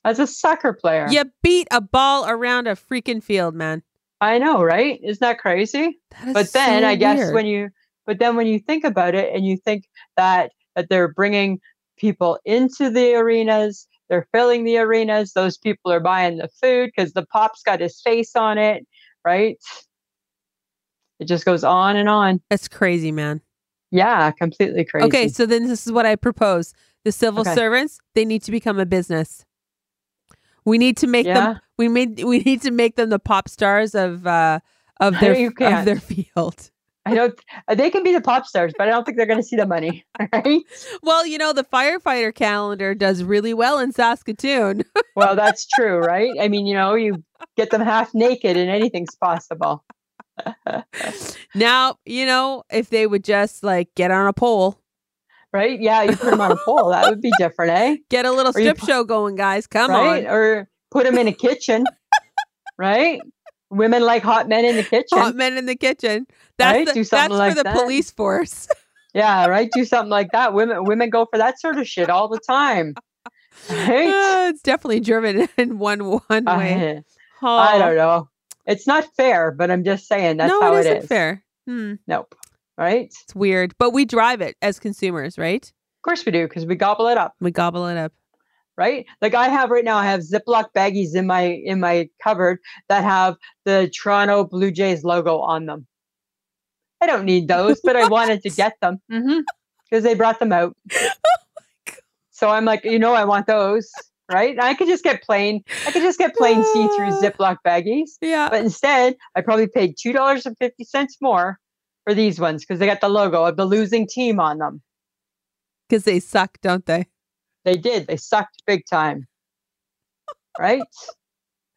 B: As a soccer player,
A: you beat a ball around a freaking field, man.
B: I know, right? Isn't that crazy?
A: That is
B: but then
A: so
B: I guess
A: weird.
B: when you, but then when you think about it, and you think that that they're bringing people into the arenas, they're filling the arenas. Those people are buying the food because the pop's got his face on it, right? It just goes on and on.
A: That's crazy, man.
B: Yeah, completely crazy.
A: Okay, so then this is what I propose. The civil
B: Okay.
A: servants, they need to become a business. We need to make
B: yeah,
A: them we made we need to make them the pop stars of uh of
B: No,
A: their
B: you
A: of
B: can't.
A: their field.
B: I don't. uh, They can be the pop stars, but I don't think they're going to see the money. Right?
A: Well, you know, the firefighter calendar does really well in Saskatoon.
B: Well, that's true, right? I mean, you know, you get them half naked, and anything's possible.
A: now, you know, if they would just like get on a pole,
B: Right? Yeah, you put them on a pole. That would be different, eh?
A: get a little
B: Or you
A: strip
B: pu-
A: show going, guys. Come
B: right?
A: on.
B: Or put them in a kitchen. right? Women like hot men in the kitchen.
A: Hot men in the kitchen. That's
B: Right?
A: the,
B: Do
A: that's
B: something like
A: for the
B: that.
A: police force.
B: yeah, right. Do something like that. Women, women go for that sort of shit all the time. Right?
A: Ah, it's definitely driven in one one way.
B: I, I
A: Oh.
B: don't know. It's not fair, but I'm just saying that's
A: no,
B: how
A: it isn't
B: is.
A: fair. Hmm,
B: Nope. Right?
A: it's weird, but we drive it as consumers, right?
B: Of course we do, because we gobble it up,
A: We gobble it up.
B: right? Like I have right now, I have Ziploc baggies in my in my cupboard that have the Toronto Blue Jays logo on them. I don't need those, but I wanted to get them because they brought them out. so I'm like, you know, I want those, right? I could just get plain. I could just get plain see-through Ziploc baggies,
A: Yeah.
B: but instead, I probably paid two dollars and fifty cents more for these ones because they got the logo of the losing team on them.
A: Because they suck, don't they?
B: They did. They sucked big time. Right?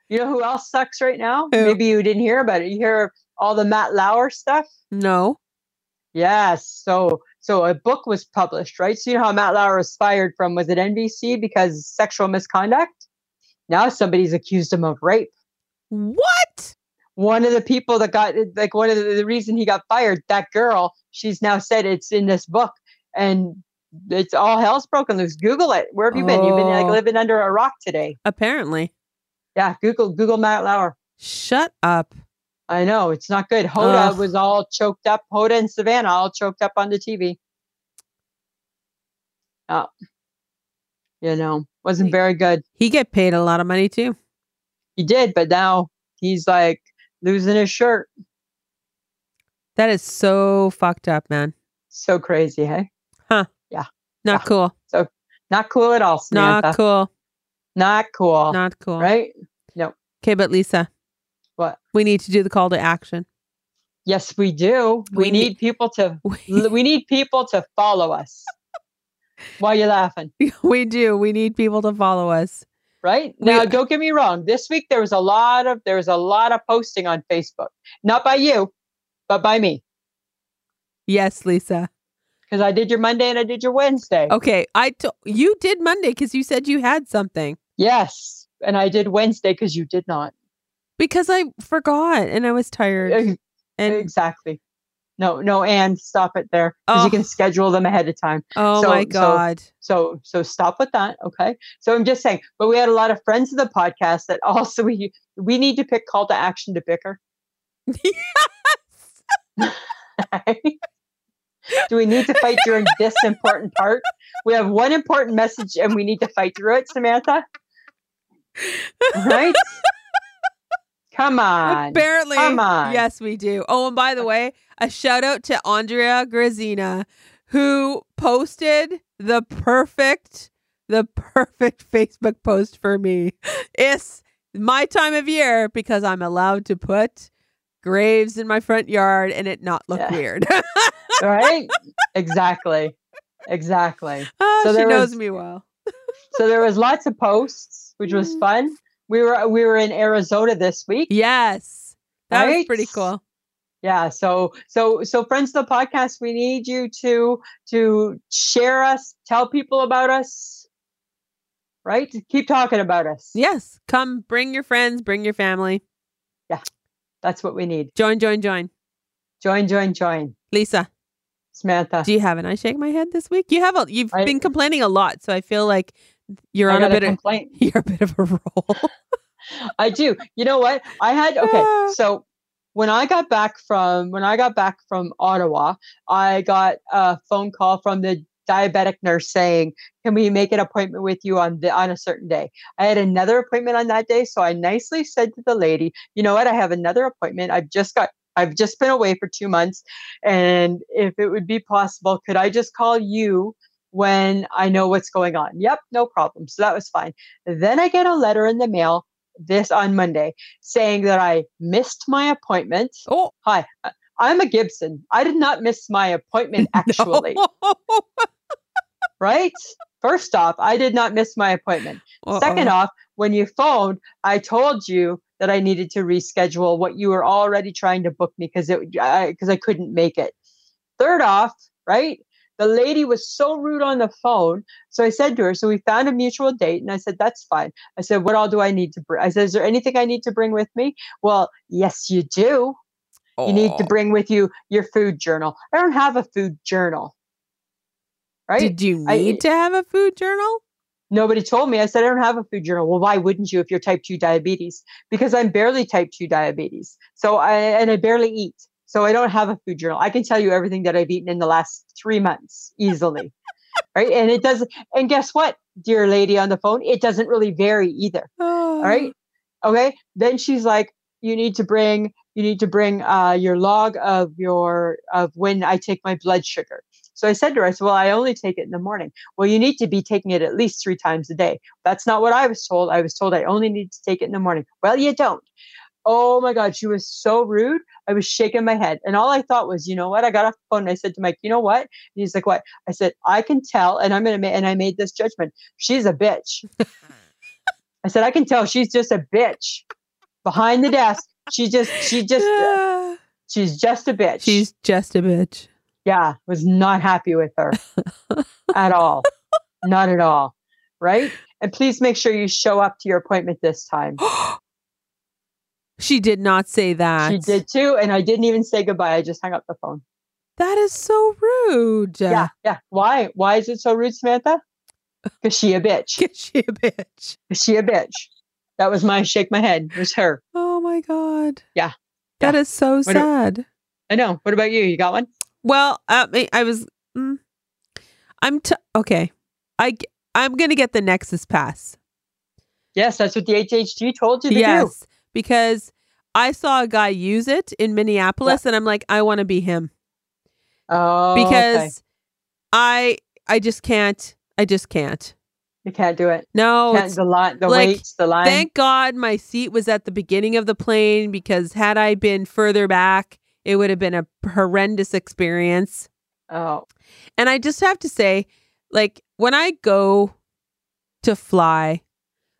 B: You know who else sucks right now?
A: Who?
B: Maybe you didn't hear about it. You hear all the Matt Lauer stuff?
A: No.
B: Yes. So so a book was published, right? So you know how Matt Lauer was fired from was it NBC because sexual misconduct? Now somebody's accused him of rape.
A: What?
B: One of the people that got like one of the, the reason he got fired, that girl, she's now said it's in this book and it's all hell's broken loose. Google it. Where have you been? You've been like
A: Oh.
B: living under a rock today.
A: Apparently.
B: Yeah, Google Google Matt Lauer.
A: Shut up.
B: I know it's not good. Hoda
A: Ugh.
B: was all choked up. Hoda and Savannah all choked up on the TV. Oh, you know, wasn't
A: Wait.
B: very good.
A: He get paid a lot of money too.
B: He did, but now he's like losing his shirt.
A: That is so fucked up, man.
B: So crazy, hey?
A: Not
B: Yeah.
A: cool.
B: Not cool at all, Samantha.
A: Not cool.
B: Not cool.
A: Not cool.
B: Right?
A: Okay, but Lisa.
B: What?
A: We need to do the call to action.
B: Yes, we do. We,
A: We need-
B: need people to. we need people to follow us. Why are you laughing?
A: we do. We need people to follow us.
B: right
A: We-
B: now don't get me wrong this week there was a lot of there was a lot of posting on facebook not by you but by me
A: Yes, Lisa.
B: because i did your monday and i did your wednesday
A: Okay, I to- you did Monday because you said you had something
B: yes and i did wednesday because you did not
A: because I forgot and I was tired
B: Ex-
A: and
B: exactly no no and stop it there because
A: Oh.
B: you can schedule them ahead of time
A: oh
B: so-
A: my
B: so-
A: god,
B: so so stop with that okay so i'm just saying but we had a lot of friends of the podcast that also we we need to pick call to action to bicker Do we need to fight during this important part? We have one important message and we need to fight through it, Samantha. Right? Come on.
A: apparently
B: Come on.
A: yes we do. Oh, and by the way, a shout out to Andrea Grazina who posted the perfect the perfect Facebook post for me. It's my time of year because I'm allowed to put graves in my front yard and it not look
B: Yeah.
A: weird.
B: Right? Exactly. Exactly.
A: Ah,
B: So
A: she
B: there
A: knows
B: was-
A: me well.
B: So there was lots of posts, which was
A: Mm.
B: fun. We were we were in Arizona this week.
A: Yes. That was
B: Right?
A: pretty cool.
B: yeah so so so friends of the podcast we need you to to share us tell people about us right keep talking about us
A: Yes. Come bring your friends, bring your family.
B: that's what we need
A: Join, join, join.
B: join join join
A: Lisa,
B: samantha
A: do you have an I shake my head this week? You have a you've
B: I-
A: been complaining a lot, so I feel like you're
B: I
A: on a
B: got a
A: bit of
B: complaint.
A: you're a bit of a roll.
B: I do. You know what? I had okay.
A: Ah.
B: So when I got back from when I got back from Ottawa, I got a phone call from the diabetic nurse saying, "Can we make an appointment with you on the on a certain day?" I had another appointment on that day, so I nicely said to the lady, "You know what? I have another appointment. I've just got." I've just been away for two months, and if it would be possible, could I just call you when I know what's going on? Yep, no problem. So that was fine. Then I get a letter in the mail this on Monday saying that I missed my appointment.
A: oh
B: Hi, I- I'm a Gibson. I did not miss my appointment actually, right? First off, I did not miss my appointment. Second off, when you phoned, I told you that I needed to reschedule what you were already trying to book me because it because I couldn't make it. Third off, right? The lady was so rude on the phone. So I said to her, so we found a mutual date and I said, that's fine. I said, what all do I need to bring? I said, is there anything I need to bring with me? Well, yes, you do. You need to
A: Oh.
B: bring with you your food journal. I don't have a food journal. Right?
A: Did you
B: I-
A: need to have a food journal?
B: Nobody told me. I said, I don't have a food journal. Well, why wouldn't you if you're type 2 diabetes? Because I'm barely type 2 diabetes. So I, and I barely eat. So I don't have a food journal. I can tell you everything that I've eaten in the last three months easily. right. And it doesn't, and guess what, dear lady on the phone? It doesn't really vary either.
A: All
B: All right. Okay. Then she's like, you need to bring you need to bring uh, your log of your of when I take my blood sugar. So I said to her, I said, well, I only take it in the morning. Well, you need to be taking it at least three times a day. That's not what I was told. I was told I only need to take it in the morning. Well, you don't. Oh my God, she was so rude. I was shaking my head. And all I thought was, you know what? I got off the phone and I said to Mike, you know what? And he's like, what? I said, I can tell. And I'm going to, ma- and I made this judgment. She's a bitch. I said, I can tell she's just a bitch behind the desk. She just, she just,
A: Ah,
B: she's just a bitch.
A: she's just a bitch.
B: yeah, was not happy with her at all. Not at all. Right. And please make sure you show up to your appointment this time.
A: she did not say that.
B: She did too. And I didn't even say goodbye. I just hung up the phone.
A: That is so rude.
B: Yeah. Yeah. Why? Why is it so rude, Samantha? Because she a bitch.
A: Is she a bitch?
B: 'Cause she a bitch. That was my shake my head. It was her.
A: Oh my God.
B: Yeah.
A: That is so
B: do-
A: sad.
B: I know. What about you? You got one?
A: Well, uh, I- I was. Mm, I'm t- okay. I g- I'm gonna get the Nexus Pass.
B: Yes, that's what the HHG told you to do.
A: Yes, because I saw a guy use it in Minneapolis, and I'm like, I want to be him
B: Oh, okay.
A: because I I just can't. I just can't.
B: you can't do it.
A: No,
B: Can't-
A: Oh, it's-
B: the line, the
A: like,
B: weights, the line.
A: thank God my seat was at the beginning of the plane because had I been further back, it would have been a horrendous experience.
B: oh,
A: And I just have to say, like, when I go to fly,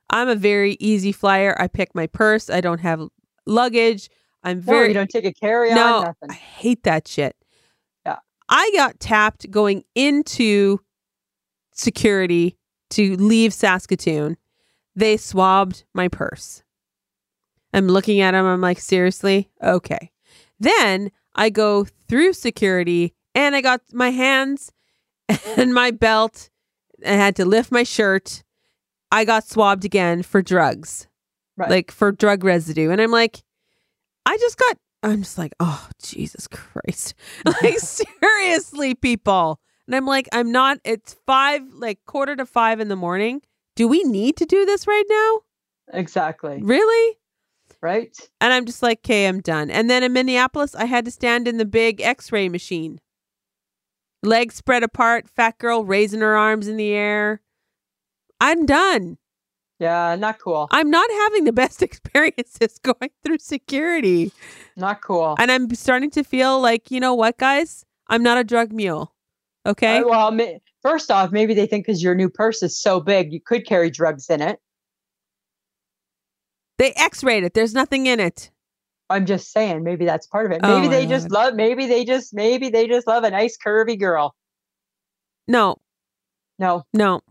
A: I'm a very easy flyer. I pick my purse. I don't have luggage. I'm
B: no,
A: very
B: you don't take a carry on.
A: No, I
B: nothing.
A: hate that shit.
B: Yeah.
A: I got tapped going into security to leave Saskatoon. They swabbed my purse. I'm looking at them. I'm like, seriously? Okay. Then I go through security and I got my hands and my belt. I had to lift my shirt. I got swabbed again for drugs
B: Right.
A: like for drug residue. And I'm like, I just got, I'm just like, oh, Jesus Christ. like, seriously, people. And I'm like, I'm not, it's five, like quarter to five in the morning. Do we need to do this right now?
B: exactly.
A: Really?
B: Right.
A: And I'm just like, okay, I'm done. And then in Minneapolis, I had to stand in the big x ray machine. Legs spread apart, fat girl raising her arms in the air. I'm done.
B: Yeah. Not cool.
A: I'm not having the best experiences going through security.
B: Not cool.
A: And I'm starting to feel like, you know what, guys? I'm not a drug mule. Okay.
B: Uh, well, ma- first off, maybe they think because your new purse is so big, you could carry drugs in it.
A: they x rayed it. There's nothing in it.
B: I'm just saying, maybe that's part of it.
A: Oh
B: Maybe
A: my
B: they just love. Maybe they just. Maybe they just love a nice curvy girl.
A: No,
B: No,
A: no.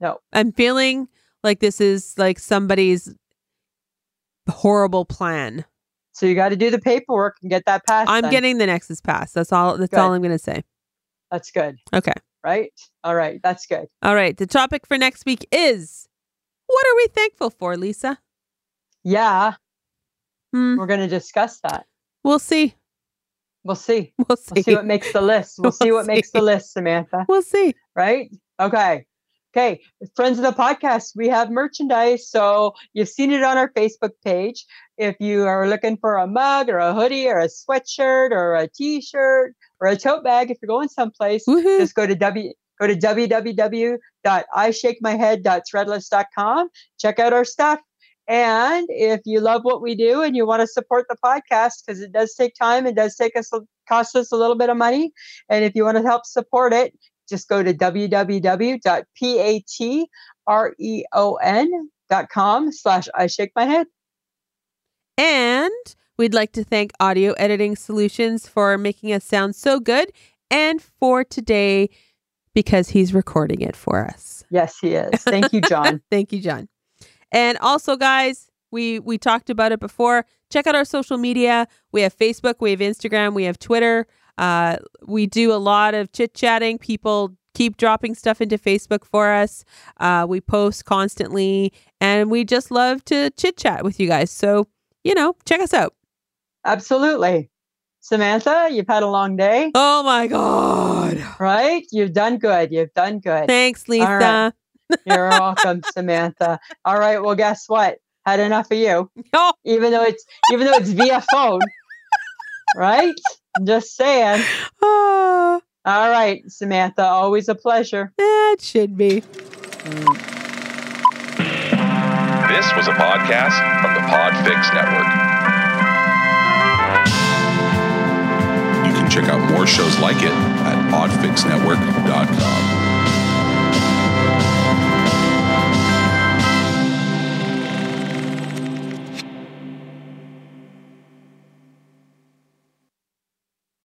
B: No.
A: I'm feeling like this is like somebody's horrible plan.
B: so you got to do the paperwork and get that passed.
A: I'm
B: then.
A: getting the Nexus pass. That's all that's
B: Good.
A: all I'm gonna say.
B: That's good.
A: Okay.
B: Right. All right. That's good.
A: All right. The topic for next week is what are we thankful for, Lisa?
B: Yeah,
A: Hmm.
B: we're going to discuss that.
A: We'll see.
B: We'll see.
A: We'll see.
B: We'll see what makes the list. We'll, see
A: We'll
B: what makes the
A: see.
B: list, Samantha.
A: we'll see.
B: Right? Okay. Okay. Friends of the podcast, we have merchandise. So you've seen it on our Facebook page. If you are looking for a mug or a hoodie or a sweatshirt or a t-shirt or a tote bag, if you're going someplace,
A: Woohoo.
B: just go to w go to www.ishakemyhead.threadless.com check out our stuff and if you love what we do and you want to support the podcast because it does take time it does take us cost us a little bit of money and if you want to help support it just go to www.patreon.com slash i shake my head
A: And we'd like to thank Audio Editing Solutions for making us sound so good and for today because he's recording it for us.
B: yes he is thank you john
A: Thank you, John. And also guys, we we talked about it before. Check out our social media. We have Facebook, we have Instagram, we have Twitter. Uh, we do a lot of chit chatting. People keep dropping stuff into Facebook for us. Uh, we post constantly, and we just love to chit chat with you guys. So you know, check us out.
B: absolutely samantha you've had a long day
A: Oh my God.
B: right you've done good you've done good
A: Thanks, Lisa.
B: All right. You're welcome, Samantha. All right. Well, guess what? had enough of you.
A: No.
B: Even though it's even though it's via phone. Right? I'm Just saying.
A: Ah,
B: All right, Samantha, always a pleasure.
A: it should be.
D: This was a podcast from the Podfix Network. You can check out more shows like it at oddfixnetwork.com.